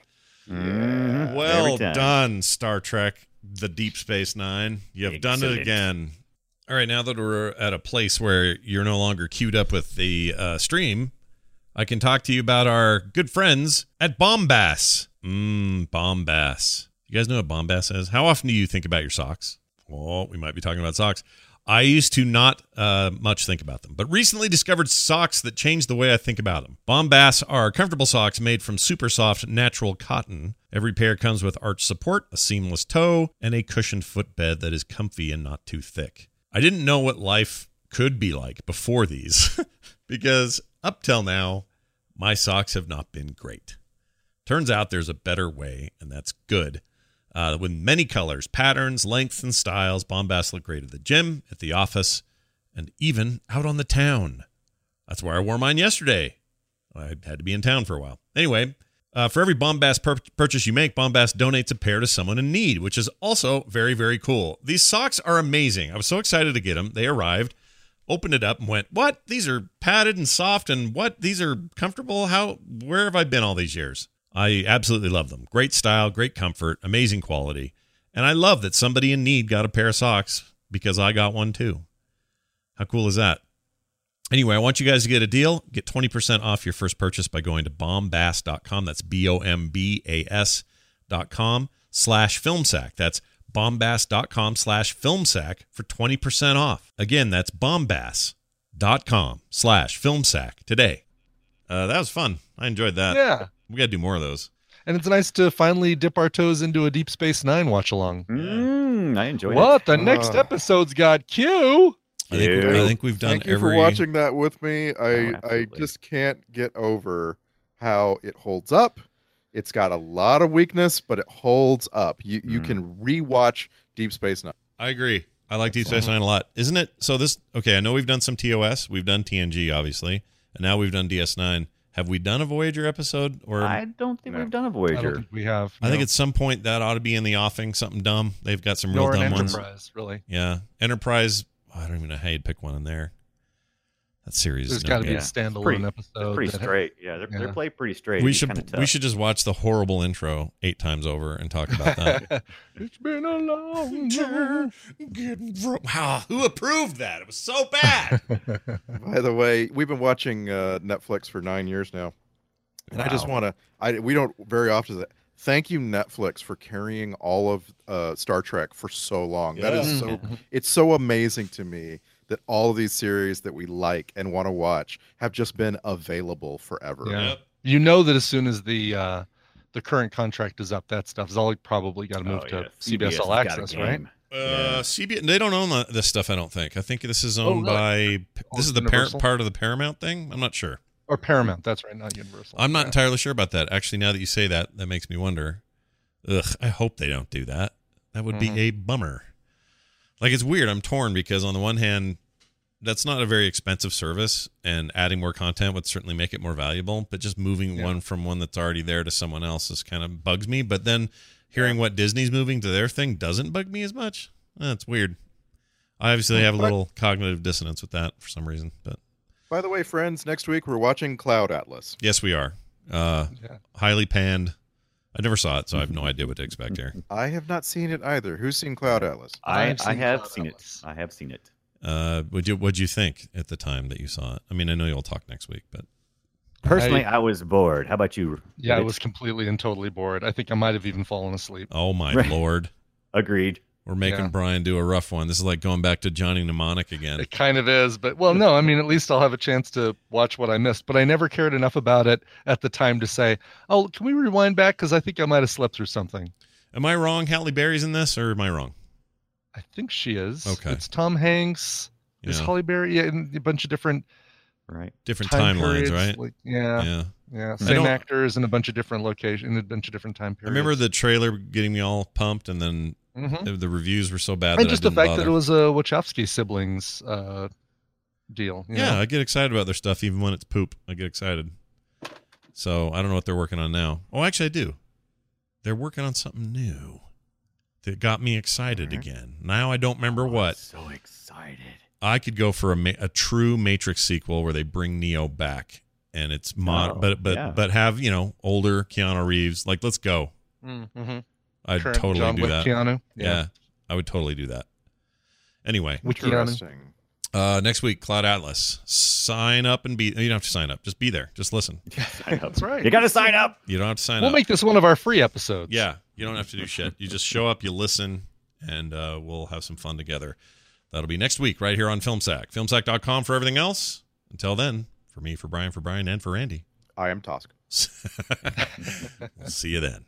Speaker 3: Mhm.
Speaker 1: Well
Speaker 3: Every time.
Speaker 1: done, Star Trek, the Deep Space Nine. You've done it
Speaker 3: Excellent.
Speaker 1: again. All right, now that we're at a place where you're no longer queued up with the uh, stream, I can talk to you about our good friends at Bombass. Mmm, Bombass. You guys know what Bombass is? How often do you think about your socks? Oh, we might be talking about socks. I used to not uh, much think about them, but recently discovered socks that changed the way I think about them. Bombass are comfortable socks made from super soft natural cotton. Every pair comes with arch support, a seamless toe, and a cushioned footbed that is comfy and not too thick. I didn't know what life could be like before these because up till now, my socks have not been great. Turns out there's a better way, and that's good. Uh, with many colors, patterns, lengths, and styles, Bombas look great at the gym, at the office, and even out on the town. That's where I wore mine yesterday. I had to be in town for a while. Anyway, uh, for every Bombas pur- purchase you make, Bombas donates a pair to someone in need, which is also very, very cool. These socks are amazing. I was so excited to get them. They arrived, opened it up, and went, "What? These are padded and soft, and what? These are comfortable. How? Where have I been all these years?" I absolutely love them. Great style, great comfort, amazing quality. And I love that somebody in need got a pair of socks because I got one too. How cool is that? Anyway, I want you guys to get a deal. Get 20% off your first purchase by going to bombast.com. That's B O M B A S.com slash filmsack. That's bombast.com slash filmsack for 20% off. Again, that's bombast.com slash filmsack today. Uh, that was fun. I enjoyed that.
Speaker 4: yeah.
Speaker 1: We got to do more of those.
Speaker 4: And it's nice to finally dip our toes into a Deep Space Nine watch along.
Speaker 3: Mm, I enjoyed it.
Speaker 4: What? The next
Speaker 2: Ah.
Speaker 4: episode's got Q.
Speaker 1: I think,
Speaker 3: Yeah.
Speaker 1: I think we've done
Speaker 2: Thank you
Speaker 1: every.
Speaker 2: for watching that with me. I I
Speaker 3: absolutely.
Speaker 2: just can't get over how it holds up. It's got a lot of weakness, but it holds up. You you
Speaker 3: Mhm.
Speaker 2: can rewatch Deep Space Nine.
Speaker 1: I agree. I like Deep Space Nine a lot. Isn't it? So this okay. I know we've done some TOS. We've done TNG, obviously, and now we've done DS9. Have we done a Voyager episode? Or
Speaker 3: I don't think
Speaker 2: No.
Speaker 3: we've done a
Speaker 4: I don't
Speaker 3: Voyager.
Speaker 4: think we have.
Speaker 1: I think
Speaker 4: no.
Speaker 1: at some point that ought to be in the offing. Something dumb. They've got some real
Speaker 4: nor an
Speaker 1: dumb
Speaker 4: enterprise,
Speaker 1: ones.
Speaker 4: really.
Speaker 1: Yeah, Enterprise. oh, I don't even know how you'd pick one in there. That series
Speaker 4: There's
Speaker 1: is
Speaker 4: got
Speaker 1: no
Speaker 4: to be
Speaker 1: good.
Speaker 3: Yeah.
Speaker 4: a standalone
Speaker 3: Pretty-
Speaker 4: episode.
Speaker 3: pretty
Speaker 4: that-
Speaker 3: straight. Yeah, they're, they're
Speaker 4: Yeah.
Speaker 3: played pretty straight.
Speaker 1: We
Speaker 3: It's kinda
Speaker 1: should
Speaker 3: tough.
Speaker 1: we should just watch the horrible intro eight times over and talk about that.
Speaker 4: it's been a long
Speaker 1: Sure. Good ro- wow, who approved that? It was so bad.
Speaker 2: By the way, we've been watching uh, Netflix for nine years now, and I just
Speaker 3: Wow.
Speaker 2: want to. I we don't very often. Thank you Netflix for carrying all of uh, Star Trek for so long. That
Speaker 4: Yeah. Mm-hmm.
Speaker 2: is so. It's so amazing to me that all of these series that we like and want to watch have just been available forever.
Speaker 4: Yeah.
Speaker 1: Yep.
Speaker 4: you know that as soon as the uh, the current contract is up, that stuff's all probably got to move
Speaker 3: Oh,
Speaker 4: to
Speaker 3: yeah.
Speaker 4: CBS,
Speaker 3: has
Speaker 4: All
Speaker 3: got a
Speaker 4: Access, right?
Speaker 3: game.
Speaker 1: Uh, CB they don't own the, this stuff. I don't think. I think this is
Speaker 4: Oh,
Speaker 1: owned by this is the parent
Speaker 4: Universal?
Speaker 1: part of the Paramount thing. I'm not sure.
Speaker 4: Or Paramount, that's right, not Universal.
Speaker 1: I'm not
Speaker 4: Yeah.
Speaker 1: entirely sure about that. Actually, now that you say that, that makes me wonder. Ugh, I hope they don't do that. That would
Speaker 4: Mhm.
Speaker 1: be a bummer. Like it's weird. I'm torn because on the one hand, that's not a very expensive service, and adding more content would certainly make it more valuable. But just moving
Speaker 4: Yeah.
Speaker 1: one from one that's already there to someone else is kind of bugs me. But then hearing what Disney's moving to their thing doesn't bug me as much. That's weird. I obviously have a
Speaker 2: But-
Speaker 1: little cognitive dissonance with that for some reason. But
Speaker 2: By the way, friends, next week we're watching Cloud Atlas.
Speaker 1: yes, we are. Uh,
Speaker 4: Yeah.
Speaker 1: highly panned. I never saw it, so I have no idea what to expect here.
Speaker 2: I have not seen it either. Who's seen Cloud Atlas?
Speaker 3: I,
Speaker 4: I've
Speaker 3: I
Speaker 4: seen
Speaker 3: have
Speaker 4: Cloud
Speaker 3: seen it.
Speaker 4: Atlas.
Speaker 3: I have seen it.
Speaker 1: Uh, would you what'd you think at the time that you saw it? I mean, I know you'll talk next week, but
Speaker 3: Personally, I, was bored. How about you?
Speaker 4: Yeah, I
Speaker 3: Rich?
Speaker 4: was completely and totally bored. I think I might have even fallen asleep.
Speaker 1: oh my
Speaker 3: Right.
Speaker 1: lord,
Speaker 3: Agreed.
Speaker 1: we're making
Speaker 4: Yeah.
Speaker 1: Brian do a rough one. This is like going back to Johnny Mnemonic again.
Speaker 4: It kind of is, but well, no, I mean, at least I'll have a chance to watch what I missed. But I never cared enough about it at the time to say, "Oh, can we rewind back?" Because I think I might have slept through something.
Speaker 1: Am I wrong? Halle Berry's in this, or am I wrong?
Speaker 4: I think she is.
Speaker 1: Okay.
Speaker 4: It's Tom Hanks.
Speaker 1: You
Speaker 4: Is
Speaker 1: know,
Speaker 4: Holly Berry yeah, and a bunch of different
Speaker 3: Right.
Speaker 1: different
Speaker 4: time,
Speaker 1: timelines,
Speaker 4: periods,
Speaker 1: right?
Speaker 4: Like, yeah, yeah,
Speaker 1: yeah.
Speaker 4: Same
Speaker 1: don't-
Speaker 4: actors in a bunch of different locations, in a bunch of different time
Speaker 1: I
Speaker 4: periods.
Speaker 1: remember the trailer getting me all pumped, and then
Speaker 4: Mhm.
Speaker 1: the, the reviews were so bad.
Speaker 4: and
Speaker 1: that
Speaker 4: just
Speaker 1: I
Speaker 4: the
Speaker 1: didn't
Speaker 4: fact
Speaker 1: bother.
Speaker 4: that it was a Wachowski siblings uh, deal. you
Speaker 1: Yeah,
Speaker 4: know?
Speaker 1: I get excited about their stuff even when it's poop. I get excited. So I don't know what they're working on now. Oh, actually, I do. They're working on something new that got me excited
Speaker 2: Alright.
Speaker 1: again. Now I don't remember
Speaker 3: Oh, I'm
Speaker 1: what.
Speaker 3: So excited.
Speaker 1: I could go for a, ma- a true Matrix sequel where they bring Neo back and it's mod,
Speaker 3: Oh,
Speaker 1: but but
Speaker 3: yeah.
Speaker 1: but have you know older Keanu Reeves. Like, let's go.
Speaker 4: Mhm.
Speaker 1: I'd
Speaker 4: Current
Speaker 1: totally
Speaker 4: John
Speaker 1: do
Speaker 4: Wick
Speaker 1: that.
Speaker 4: Keanu.
Speaker 1: yeah. I would totally do that. Anyway,
Speaker 4: With Keanu.
Speaker 2: Interesting.
Speaker 1: uh, next week, Cloud Atlas. Sign up and be. You don't have to sign up. Just be there. Just listen.
Speaker 3: Sign up.
Speaker 4: That's right.
Speaker 3: You got to sign up.
Speaker 1: You don't have to sign
Speaker 4: We'll
Speaker 1: up.
Speaker 4: make this one of our free episodes.
Speaker 1: Yeah, you don't have to do shit. You just show up, you listen, and uh, we'll have some fun together. That'll be next week right here on FilmSack. FilmSack.com for everything else. Until then, for me, for Brian, for Brian, and for Andy.
Speaker 2: I am Tosk.
Speaker 1: we'll see you then.